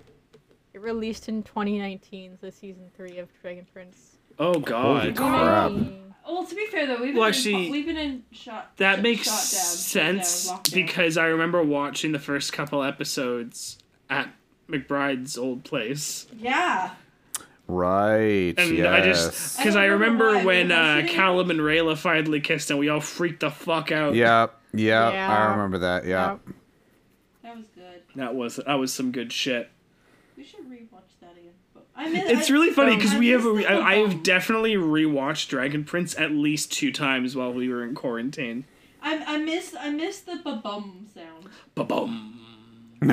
[SPEAKER 2] it released in 2019, so season three of Dragon Prince.
[SPEAKER 4] Oh god.
[SPEAKER 3] Holy Crap.
[SPEAKER 5] Well, to be fair though, we've been
[SPEAKER 4] Well,
[SPEAKER 5] in,
[SPEAKER 4] actually,
[SPEAKER 5] we've been in shot.
[SPEAKER 4] That
[SPEAKER 5] sh-
[SPEAKER 4] makes
[SPEAKER 5] shot down,
[SPEAKER 4] sense
[SPEAKER 5] shut down, lockdown.
[SPEAKER 4] because I remember watching the first couple episodes at McBride's old place.
[SPEAKER 5] yeah,
[SPEAKER 3] Right.
[SPEAKER 4] And
[SPEAKER 3] yes.
[SPEAKER 4] I just cuz I,
[SPEAKER 5] I don't remember
[SPEAKER 4] remember
[SPEAKER 5] why,
[SPEAKER 4] when
[SPEAKER 5] but I
[SPEAKER 4] uh,
[SPEAKER 5] was sitting-
[SPEAKER 4] Callum and Rayla finally kissed and we all freaked the fuck out.
[SPEAKER 3] Yeah, yeah,
[SPEAKER 2] Yeah.
[SPEAKER 3] I remember that. Yeah.
[SPEAKER 2] Yep.
[SPEAKER 5] that was good.
[SPEAKER 4] That was that was some good shit.
[SPEAKER 5] We should rewatch that again. But I mean,
[SPEAKER 4] It's
[SPEAKER 5] I-
[SPEAKER 4] really funny
[SPEAKER 5] I
[SPEAKER 4] cuz we have
[SPEAKER 5] missed
[SPEAKER 4] a,
[SPEAKER 5] the
[SPEAKER 4] I, I have
[SPEAKER 5] bump.
[SPEAKER 4] definitely rewatched Dragon Prince at least two times while we were in quarantine.
[SPEAKER 5] I, I miss I miss the ba-bum sound.
[SPEAKER 4] Ba-boom.
[SPEAKER 2] All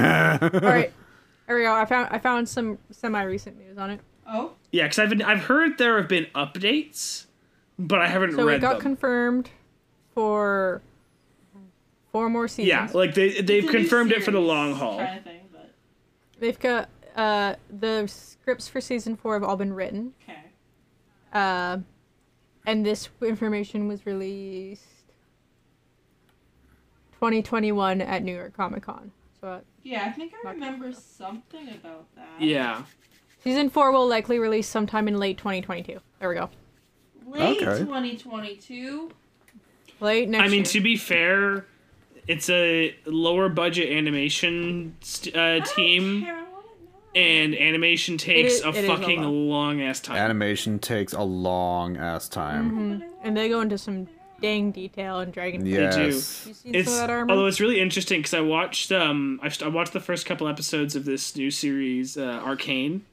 [SPEAKER 2] right, Ariel, I found I found some semi-recent news on it.
[SPEAKER 5] Oh,
[SPEAKER 4] Yeah, cuz I've been I've heard there have been updates, but I haven't
[SPEAKER 2] So
[SPEAKER 4] read
[SPEAKER 2] it got
[SPEAKER 4] them.
[SPEAKER 2] confirmed for four more seasons.
[SPEAKER 4] Yeah, like they they've
[SPEAKER 5] It's a new
[SPEAKER 4] confirmed it for the
[SPEAKER 5] series
[SPEAKER 4] long haul.
[SPEAKER 5] Kind of thing, but
[SPEAKER 2] They've got uh, the scripts for season four have all been written,
[SPEAKER 5] okay.
[SPEAKER 2] uh, and this information was released 2021 at New York Comic Con. So uh,
[SPEAKER 5] Yeah, I think I remember something about that.
[SPEAKER 4] Yeah.
[SPEAKER 2] season four will likely release sometime in late 2022. There we go.
[SPEAKER 5] Late
[SPEAKER 3] Okay.
[SPEAKER 5] 2022.
[SPEAKER 2] Late next.
[SPEAKER 4] I mean,
[SPEAKER 2] year.
[SPEAKER 4] to be fair, it's a lower budget animation st- uh,
[SPEAKER 5] I don't
[SPEAKER 4] team,
[SPEAKER 5] care, I want it now.
[SPEAKER 4] and animation takes
[SPEAKER 2] is-
[SPEAKER 4] a
[SPEAKER 2] it is a
[SPEAKER 4] fucking
[SPEAKER 2] lot.
[SPEAKER 4] long ass time.
[SPEAKER 3] Animation takes a long ass time.
[SPEAKER 5] But I want
[SPEAKER 2] and they go into some dang detail in Dragon. Quest.
[SPEAKER 3] Yes.
[SPEAKER 2] You seen
[SPEAKER 4] It's
[SPEAKER 2] some of that armor?
[SPEAKER 4] although it's really interesting because I watched um I, st- I watched the first couple episodes of this new series uh, Arcane,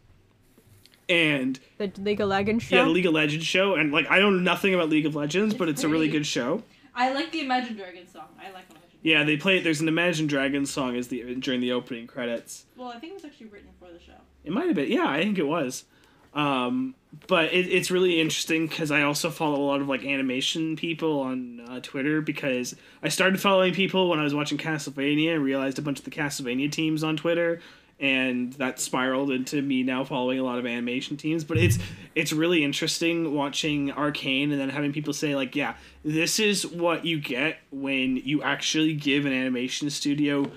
[SPEAKER 4] and
[SPEAKER 2] the League of Legends show.
[SPEAKER 4] yeah, the League of Legends show, and like I know nothing about League of Legends, but it's a really
[SPEAKER 5] pretty.
[SPEAKER 4] good show.
[SPEAKER 5] I like the Imagine Dragons song. I like Imagine. Dragons.
[SPEAKER 4] Yeah, they play. There's an Imagine Dragons song as the during the opening credits.
[SPEAKER 5] Well, I think it was actually written for the show.
[SPEAKER 4] It might have been. Yeah, I think it was. Um, but it, it's really interesting because I also follow a lot of like animation people on uh, Twitter because I started following people when I was watching Castlevania and realized a bunch of the Castlevania teams on Twitter. and that spiraled into me now following a lot of animation teams but it's it's really interesting watching arcane and then having people say like yeah this is what you get when you actually give an animation studio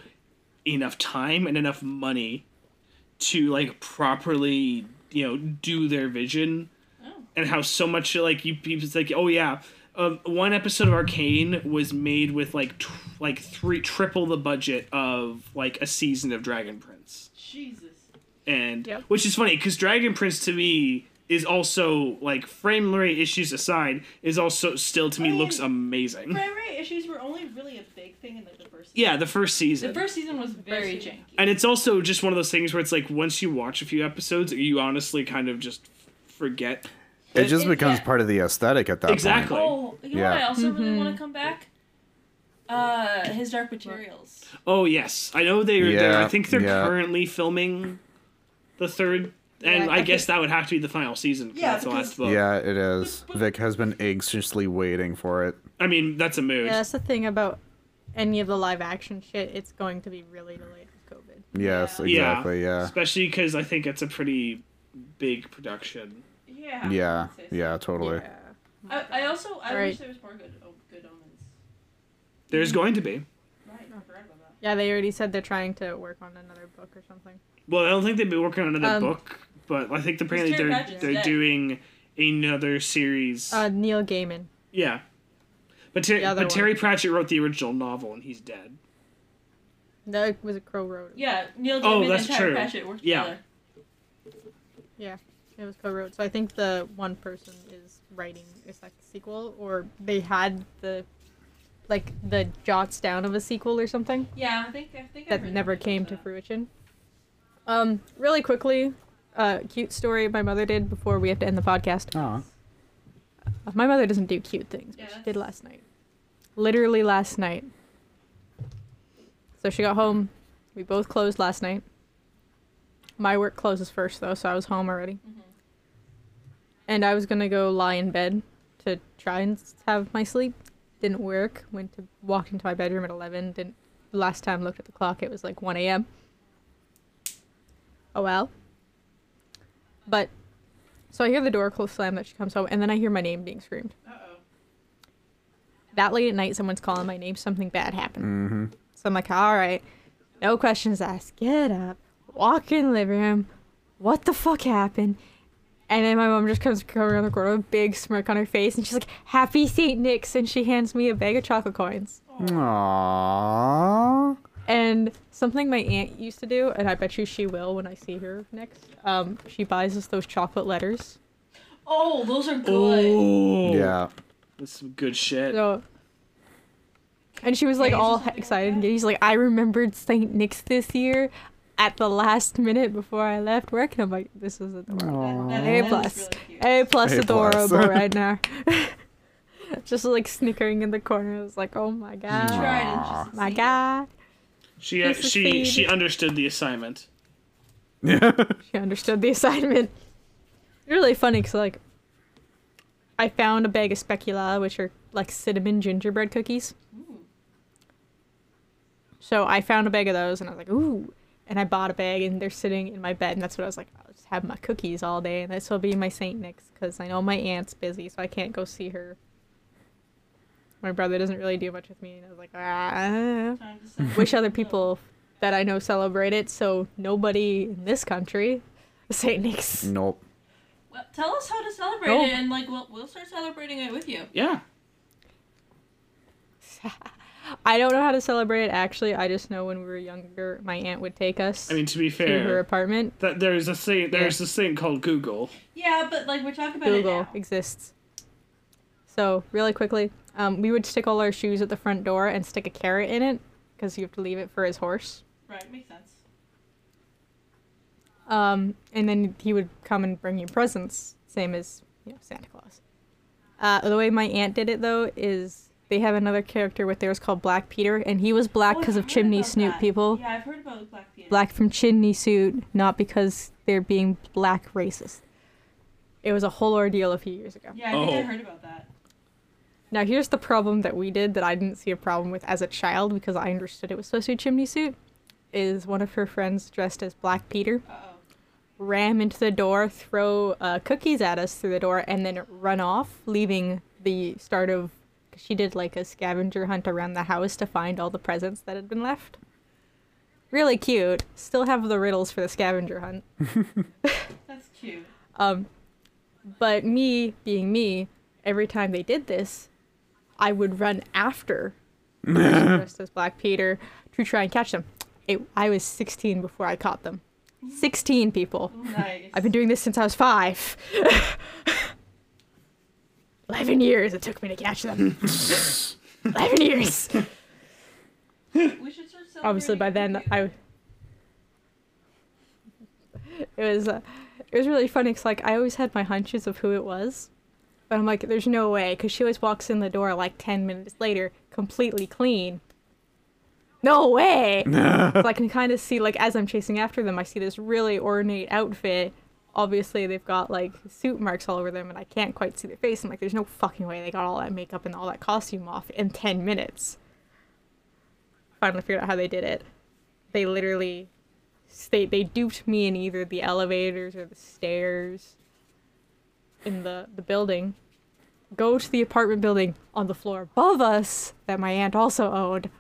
[SPEAKER 4] enough time and enough money to like properly you know do their vision
[SPEAKER 5] Oh.
[SPEAKER 4] and how so much like you people it's like oh yeah um, one episode of arcane was made with like tr- like three triple the budget of like a season of dragon prince
[SPEAKER 5] Jesus.
[SPEAKER 4] and
[SPEAKER 2] Yep.
[SPEAKER 4] which is funny because Dragon Prince to me is also like frame rate issues aside is also still to me
[SPEAKER 5] I mean,
[SPEAKER 4] looks amazing.
[SPEAKER 5] Frame rate issues were only really a big thing in like the first.
[SPEAKER 4] Yeah, the first season.
[SPEAKER 5] The first season was very janky.
[SPEAKER 4] and it's also just one of those things where it's like once you watch a few episodes, you honestly kind of just forget.
[SPEAKER 3] It just
[SPEAKER 5] it-
[SPEAKER 3] becomes
[SPEAKER 5] yeah.
[SPEAKER 3] part of the aesthetic at that
[SPEAKER 4] Exactly.
[SPEAKER 5] Oh, you know
[SPEAKER 3] Yeah.
[SPEAKER 5] what? I also really
[SPEAKER 2] Mm-hmm.
[SPEAKER 5] want to come back. Uh, his Dark Materials.
[SPEAKER 4] Oh yes, I know they are there.
[SPEAKER 3] Yeah,
[SPEAKER 4] I think they're
[SPEAKER 3] yeah.
[SPEAKER 4] currently filming the third, and
[SPEAKER 2] Yeah,
[SPEAKER 4] I,
[SPEAKER 2] I
[SPEAKER 4] guess
[SPEAKER 2] think-
[SPEAKER 4] that would have to be the final season. 'cause
[SPEAKER 5] Yeah,
[SPEAKER 4] that's the
[SPEAKER 5] because-
[SPEAKER 4] last book.
[SPEAKER 3] point. Yeah, it is. Vic has been anxiously waiting for it.
[SPEAKER 4] I mean that's a mood.
[SPEAKER 2] Yeah, that's the thing about any of the live action shit. It's going to be really delayed with COVID.
[SPEAKER 3] Yes,
[SPEAKER 5] Yeah.
[SPEAKER 3] exactly. Yeah.
[SPEAKER 4] Especially because I think it's a pretty big production.
[SPEAKER 5] Yeah.
[SPEAKER 3] Yeah.
[SPEAKER 5] I'd say so.
[SPEAKER 3] Yeah, totally.
[SPEAKER 2] Yeah.
[SPEAKER 5] I, I also I
[SPEAKER 2] Right.
[SPEAKER 5] wish there was more good oh, good omens.
[SPEAKER 4] There's going to be.
[SPEAKER 5] Right. I forgot about that.
[SPEAKER 2] Yeah, they already said they're trying to work on another book or something.
[SPEAKER 4] Well, I don't think they've been working on another
[SPEAKER 2] Um,
[SPEAKER 4] book, but I think apparently
[SPEAKER 5] Terry
[SPEAKER 4] they're
[SPEAKER 5] Pratchett's
[SPEAKER 4] they're
[SPEAKER 5] dead.
[SPEAKER 4] doing another series.
[SPEAKER 2] Uh, Neil Gaiman.
[SPEAKER 4] yeah, but, Ter-
[SPEAKER 2] The other
[SPEAKER 4] but
[SPEAKER 2] one.
[SPEAKER 4] Terry Pratchett wrote the original novel, and he's dead.
[SPEAKER 2] That was a Crow Road.
[SPEAKER 5] Yeah, Neil
[SPEAKER 4] Oh,
[SPEAKER 5] Gaiman
[SPEAKER 4] that's
[SPEAKER 5] and Terry
[SPEAKER 4] true.
[SPEAKER 5] Pratchett worked
[SPEAKER 4] Yeah.
[SPEAKER 5] together.
[SPEAKER 2] Yeah, it was co-wrote. So I think the one person is writing a sec- sequel, or they had the, like the jots down of a sequel or something
[SPEAKER 5] Yeah, I think I think I
[SPEAKER 2] that
[SPEAKER 5] heard
[SPEAKER 2] never
[SPEAKER 5] about
[SPEAKER 2] came to
[SPEAKER 5] that.
[SPEAKER 2] fruition. Um, really quickly, uh, cute story my mother did before we have to end the podcast.
[SPEAKER 3] Aw.
[SPEAKER 2] Uh, My mother doesn't do cute things, but
[SPEAKER 5] Yeah,
[SPEAKER 2] she
[SPEAKER 5] that's-
[SPEAKER 2] did last night. Literally last night. So she got home. We both closed last night. My work closes first, though, so I was home already. And I was going to go lie in bed to try and s- have my sleep. Didn't work. Went to walked into my bedroom at 11. Didn't last time looked at the clock, it was like 1 a.m. Oh well. But so I hear the door close slam that she comes home, and then I hear my name being screamed.
[SPEAKER 5] Uh-oh.
[SPEAKER 2] That late at night, someone's calling my name. Something bad happened.
[SPEAKER 3] Mm.
[SPEAKER 2] Mm-hmm. So I'm like, all right, no questions asked. Get up, walk in the living room. What the fuck happened? And then my mom just comes coming around the corner, with a big smirk on her face, and she's like, "Happy Saint Nick's," and she hands me a bag of chocolate coins.
[SPEAKER 4] Oh.
[SPEAKER 3] Aww.
[SPEAKER 2] And something my aunt used to do, and I bet you she will when I see her next. Um, she buys us those chocolate letters.
[SPEAKER 5] Oh, those are good.
[SPEAKER 4] Oh,
[SPEAKER 3] Yeah.
[SPEAKER 4] that's some good shit.
[SPEAKER 2] So, and she was like
[SPEAKER 5] Hey, is there
[SPEAKER 2] all
[SPEAKER 5] something like
[SPEAKER 2] excited. and
[SPEAKER 5] that?
[SPEAKER 2] He's like, I remembered Saint Nick's this year, at the last minute before I left work, and I'm like, this is adorable.
[SPEAKER 5] That- that-
[SPEAKER 2] A
[SPEAKER 5] that was
[SPEAKER 2] plus,
[SPEAKER 5] really cute.
[SPEAKER 2] A plus,
[SPEAKER 3] A plus.
[SPEAKER 2] adorable right now. just like snickering in the corner. I was like, oh my
[SPEAKER 5] She
[SPEAKER 2] god,
[SPEAKER 5] tried and she succeeded.
[SPEAKER 2] my god.
[SPEAKER 4] She uh,
[SPEAKER 2] This is
[SPEAKER 4] she
[SPEAKER 2] Sadie.
[SPEAKER 4] she understood the assignment.
[SPEAKER 2] She understood the assignment. Really funny because, like, I found a bag of specula, which are like cinnamon gingerbread cookies.
[SPEAKER 5] Ooh.
[SPEAKER 2] So I found a bag of those and I was like, ooh. And I bought a bag and they're sitting in my bed. And that's what I was like, I'll just have my cookies all day. And this will be my St. Nick's because I know my aunt's busy, so I can't go see her. My brother doesn't really do much with me. And I was like, ah
[SPEAKER 5] Time to say
[SPEAKER 2] wish other people that I know celebrate it. So nobody in this country, St. Nick's.
[SPEAKER 3] Nope.
[SPEAKER 5] Well, tell us how to celebrate
[SPEAKER 2] No.
[SPEAKER 5] it, and like we'll, we'll start celebrating it with you.
[SPEAKER 4] Yeah,
[SPEAKER 2] I don't know how to celebrate it actually. I just know when we were younger, my aunt would take us
[SPEAKER 4] I mean to be
[SPEAKER 2] to her
[SPEAKER 4] fair,
[SPEAKER 2] apartment.
[SPEAKER 4] that there's a thing there's this thing called Google.
[SPEAKER 5] Yeah, but like we're talking about
[SPEAKER 2] Google
[SPEAKER 5] it now.
[SPEAKER 2] exists. So really quickly, um, we would stick all our shoes at the front door and stick a carrot in it because you have to leave it for his horse.
[SPEAKER 5] Right, makes sense.
[SPEAKER 2] Um, and then he would come and bring you presents, same as you know, Santa Claus. Uh, the way my aunt did it though is they have another character with theirs called Black Peter, and he was black
[SPEAKER 5] Oh, I've
[SPEAKER 2] because of
[SPEAKER 5] heard
[SPEAKER 2] Chimney
[SPEAKER 5] about
[SPEAKER 2] Snoot
[SPEAKER 5] that.
[SPEAKER 2] people.
[SPEAKER 5] Yeah, I've heard about the Black Peter.
[SPEAKER 2] black from chimney suit, not because they're being black racist. It was a whole ordeal a few years ago.
[SPEAKER 5] Yeah, I think I
[SPEAKER 4] Oh.
[SPEAKER 5] heard about that.
[SPEAKER 2] Now, here's the problem that we did that I didn't see a problem with as a child because I understood it was supposed to be chimney suit. is one of her friends dressed as Black Peter
[SPEAKER 5] Uh oh.
[SPEAKER 2] ram into the door, throw uh, cookies at us through the door, and then run off, leaving the start of. 'cause She did like a scavenger hunt around the house to find all the presents that had been left. Really cute. Still have the riddles for the scavenger hunt.
[SPEAKER 5] That's cute.
[SPEAKER 2] Um, But me, being me, every time they did this, I would run after the person dressed as Black Peter to try and catch them. It, I was 16 before I caught them. 16 people.
[SPEAKER 5] Nice.
[SPEAKER 2] I've been doing this since I was five. Eleven years it took me to catch them. Eleven years.
[SPEAKER 5] we should start celebrating
[SPEAKER 2] Obviously, by then
[SPEAKER 5] with you.
[SPEAKER 2] I. It was, uh, it was really funny because like I always had my hunches of who it was, but I'm like, there's no way because she always walks in the door like ten minutes later, completely clean. No way. so I can kind of see like as I'm chasing after them, I see this really ornate outfit. Obviously, they've got like suit marks all over them, and I can't quite see their face. I'm like, there's no fucking way they got all that makeup and all that costume off in ten minutes. Finally, figured out how they did it. They literally, they they duped me in either the elevators or the stairs. In the the building, go to the apartment building on the floor above us that my aunt also owned.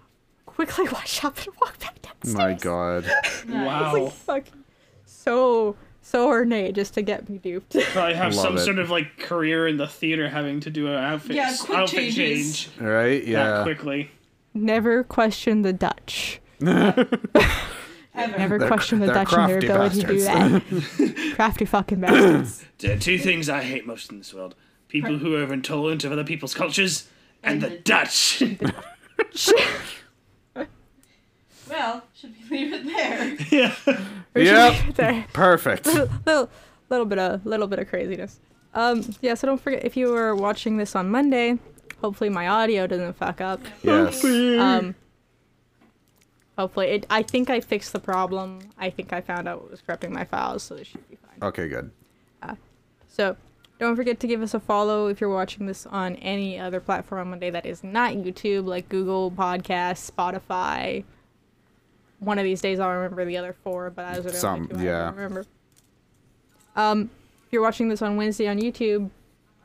[SPEAKER 2] Quickly wash up and walk back downstairs.
[SPEAKER 3] My God.
[SPEAKER 4] Wow.
[SPEAKER 2] It's like fucking so so ornate just to get me duped.
[SPEAKER 4] Probably have
[SPEAKER 3] Love
[SPEAKER 4] some
[SPEAKER 3] it.
[SPEAKER 4] sort of like career in the theater having to do an outfit,
[SPEAKER 5] Yeah, quick
[SPEAKER 4] outfit
[SPEAKER 5] changes.
[SPEAKER 4] change
[SPEAKER 3] Right?
[SPEAKER 4] that
[SPEAKER 3] Yeah.
[SPEAKER 4] quickly.
[SPEAKER 2] Never question the Dutch.
[SPEAKER 5] Ever.
[SPEAKER 2] Never
[SPEAKER 3] They're-
[SPEAKER 2] question the
[SPEAKER 3] they're
[SPEAKER 2] Dutch and their ability
[SPEAKER 3] crafty
[SPEAKER 2] to do that. crafty fucking bastards.
[SPEAKER 4] There are two things I hate most in this world people who are intolerant of other people's cultures and the Dutch.
[SPEAKER 5] Well, should we leave it there?
[SPEAKER 4] yeah.
[SPEAKER 3] Yep.
[SPEAKER 2] There.
[SPEAKER 3] Perfect.
[SPEAKER 2] little, little bit of little bit of craziness. Um, yeah, so don't forget if you are watching this on Monday, hopefully my audio doesn't fuck up.
[SPEAKER 3] Yes.
[SPEAKER 2] Um, hopefully, it, I think I fixed the problem. I think I found out what was corrupting my files, so it should be fine.
[SPEAKER 3] Okay, good.
[SPEAKER 2] So don't forget to give us a follow if you're watching this on any other platform on Monday that is not YouTube, like Google Podcasts, Spotify. One of these days I'll remember the other four, but as of
[SPEAKER 3] Some-
[SPEAKER 2] like,
[SPEAKER 3] yeah.
[SPEAKER 2] I don't remember. Um, if you're watching this on Wednesday on YouTube,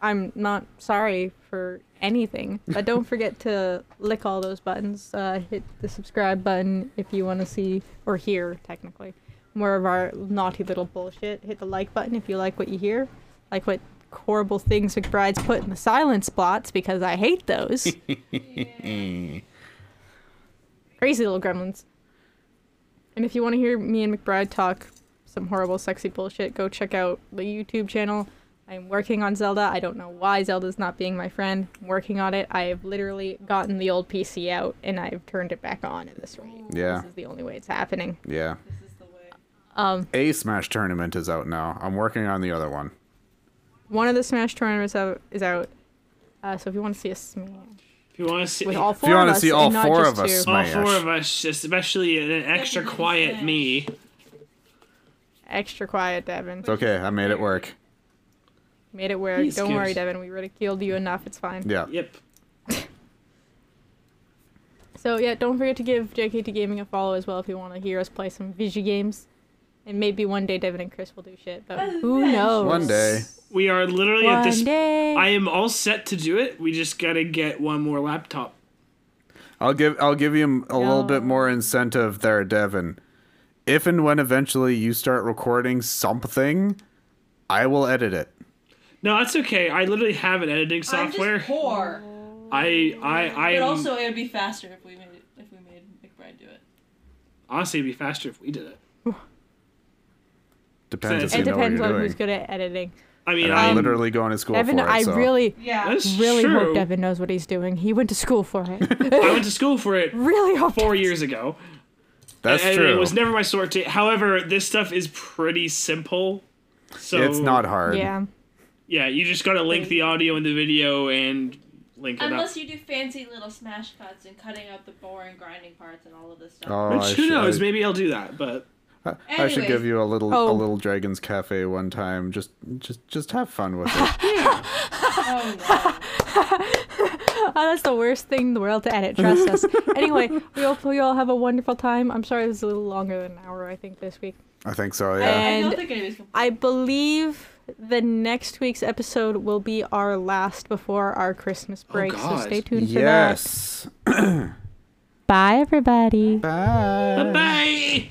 [SPEAKER 2] I'm not sorry for anything, but don't forget to lick all those buttons. Uh, hit the subscribe button if you want to see or hear, technically, more of our naughty little bullshit. Hit the like button if you like what you hear, like what horrible things McBride's put in the silent spots because I hate those. Crazy little gremlins. And if you want to hear me and McBride talk some horrible, sexy bullshit, go check out the YouTube channel. I'm working on Zelda. I don't know why Zelda's not being my friend. I'm working on it. I have literally gotten the old PC out and I've turned it back on at this rate.
[SPEAKER 3] Yeah.
[SPEAKER 2] This is the only way it's happening. Um,
[SPEAKER 3] Yeah.
[SPEAKER 5] This is the way.
[SPEAKER 3] A Smash tournament is out now. I'm working on the other one.
[SPEAKER 2] One of the Smash tournaments out- is out. Uh, so if you want to see us smash
[SPEAKER 4] If you want to see
[SPEAKER 2] with all
[SPEAKER 3] you
[SPEAKER 2] four of
[SPEAKER 3] wanna
[SPEAKER 2] us,
[SPEAKER 3] see all
[SPEAKER 2] and not
[SPEAKER 3] four
[SPEAKER 2] just
[SPEAKER 3] of us
[SPEAKER 2] two,
[SPEAKER 4] all
[SPEAKER 3] Smash.
[SPEAKER 4] four of us, especially an extra
[SPEAKER 5] Definitely
[SPEAKER 4] quiet
[SPEAKER 5] Smash.
[SPEAKER 4] me.
[SPEAKER 2] extra quiet, Devin.
[SPEAKER 3] It's okay. I made it work.
[SPEAKER 2] Made it work.
[SPEAKER 4] Please
[SPEAKER 2] Don't
[SPEAKER 4] give
[SPEAKER 2] worry,
[SPEAKER 4] us-
[SPEAKER 2] Devin. We ridiculed you enough. It's fine.
[SPEAKER 3] Yeah.
[SPEAKER 4] Yep.
[SPEAKER 2] So yeah, don't forget to give JKT Gaming a follow as well if you want to hear us play some Vigi games. And maybe one day Devin and Chris will do shit, but who
[SPEAKER 5] Eventually.
[SPEAKER 2] knows?
[SPEAKER 3] One day.
[SPEAKER 4] We are literally at
[SPEAKER 2] One
[SPEAKER 4] this.
[SPEAKER 2] day.
[SPEAKER 4] I am all set to do it. We just gotta get one more laptop.
[SPEAKER 3] I'll give I'll give you a little bit
[SPEAKER 2] No.
[SPEAKER 3] more incentive there, Devin. If and when eventually you start recording something, I will edit it.
[SPEAKER 4] No, that's okay. I literally have an editing
[SPEAKER 5] I'm
[SPEAKER 4] software.
[SPEAKER 5] just poor.
[SPEAKER 4] I I I am-
[SPEAKER 5] But also, it would be faster if we made it, if we made McBride do it.
[SPEAKER 4] honestly it'd be faster if we did it.
[SPEAKER 3] Depends if
[SPEAKER 4] So
[SPEAKER 3] you
[SPEAKER 2] it
[SPEAKER 3] know what
[SPEAKER 2] depends
[SPEAKER 3] you're
[SPEAKER 2] on
[SPEAKER 3] doing.
[SPEAKER 2] who's good at editing.
[SPEAKER 4] I mean,
[SPEAKER 3] And I'm
[SPEAKER 4] I'm
[SPEAKER 3] literally going to school
[SPEAKER 2] Devin,
[SPEAKER 3] for it.
[SPEAKER 2] I
[SPEAKER 3] so.
[SPEAKER 2] really,
[SPEAKER 5] Yeah.
[SPEAKER 4] That's
[SPEAKER 2] really
[SPEAKER 4] true.
[SPEAKER 2] hope Devin knows what he's doing. He went to school for it.
[SPEAKER 4] I went to school for it
[SPEAKER 2] really hope.
[SPEAKER 4] four
[SPEAKER 2] Devin-
[SPEAKER 4] years ago.
[SPEAKER 3] that's
[SPEAKER 4] and
[SPEAKER 3] true.
[SPEAKER 4] It was never my sort. to- However, this stuff is pretty simple. So
[SPEAKER 3] it's not hard.
[SPEAKER 2] Yeah.
[SPEAKER 4] Yeah, you just gotta link the audio and the video and link it
[SPEAKER 5] Unless
[SPEAKER 4] up.
[SPEAKER 5] you do fancy little smash cuts and cutting out the boring grinding parts and all of this stuff.
[SPEAKER 3] Oh, I
[SPEAKER 4] Which
[SPEAKER 3] should-
[SPEAKER 4] who knows?
[SPEAKER 3] I-
[SPEAKER 4] Maybe I'll do that. But
[SPEAKER 3] I should
[SPEAKER 5] Anyways.
[SPEAKER 3] give you a little a
[SPEAKER 2] Oh.
[SPEAKER 3] little Dragon's Cafe one time. Just just just have fun with it.
[SPEAKER 5] Oh
[SPEAKER 2] Oh, that's the worst thing in the world to edit. Trust us. anyway, we hope you all have a wonderful time. I'm sorry this is a little longer than an hour. I think this week.
[SPEAKER 3] I think so.
[SPEAKER 5] no.
[SPEAKER 3] Yeah.
[SPEAKER 5] I, I
[SPEAKER 2] And
[SPEAKER 5] don't think anybody's complaining.
[SPEAKER 2] I believe the next week's episode will be our last before our Christmas break. so
[SPEAKER 4] God.
[SPEAKER 2] stay tuned for that.
[SPEAKER 3] yes.
[SPEAKER 2] Bye, everybody.
[SPEAKER 5] Uh,
[SPEAKER 3] Bye.
[SPEAKER 4] Bye.